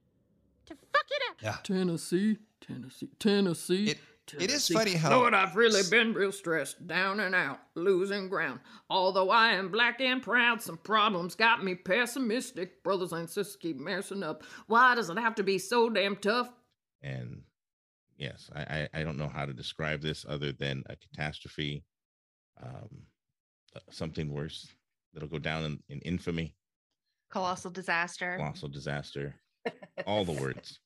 to fuck it up.
Tennessee, Tennessee, Tennessee.
it is
Tennessee.
funny how-
Lord, I've really been real stressed, down and out, losing ground. Although I am black and proud, some problems got me pessimistic. Brothers and sisters keep messing up. Why does it have to be so damn tough?
and yes I, I i don't know how to describe this other than a catastrophe um uh, something worse that'll go down in, in infamy
Colossal disaster.
colossal disaster all the words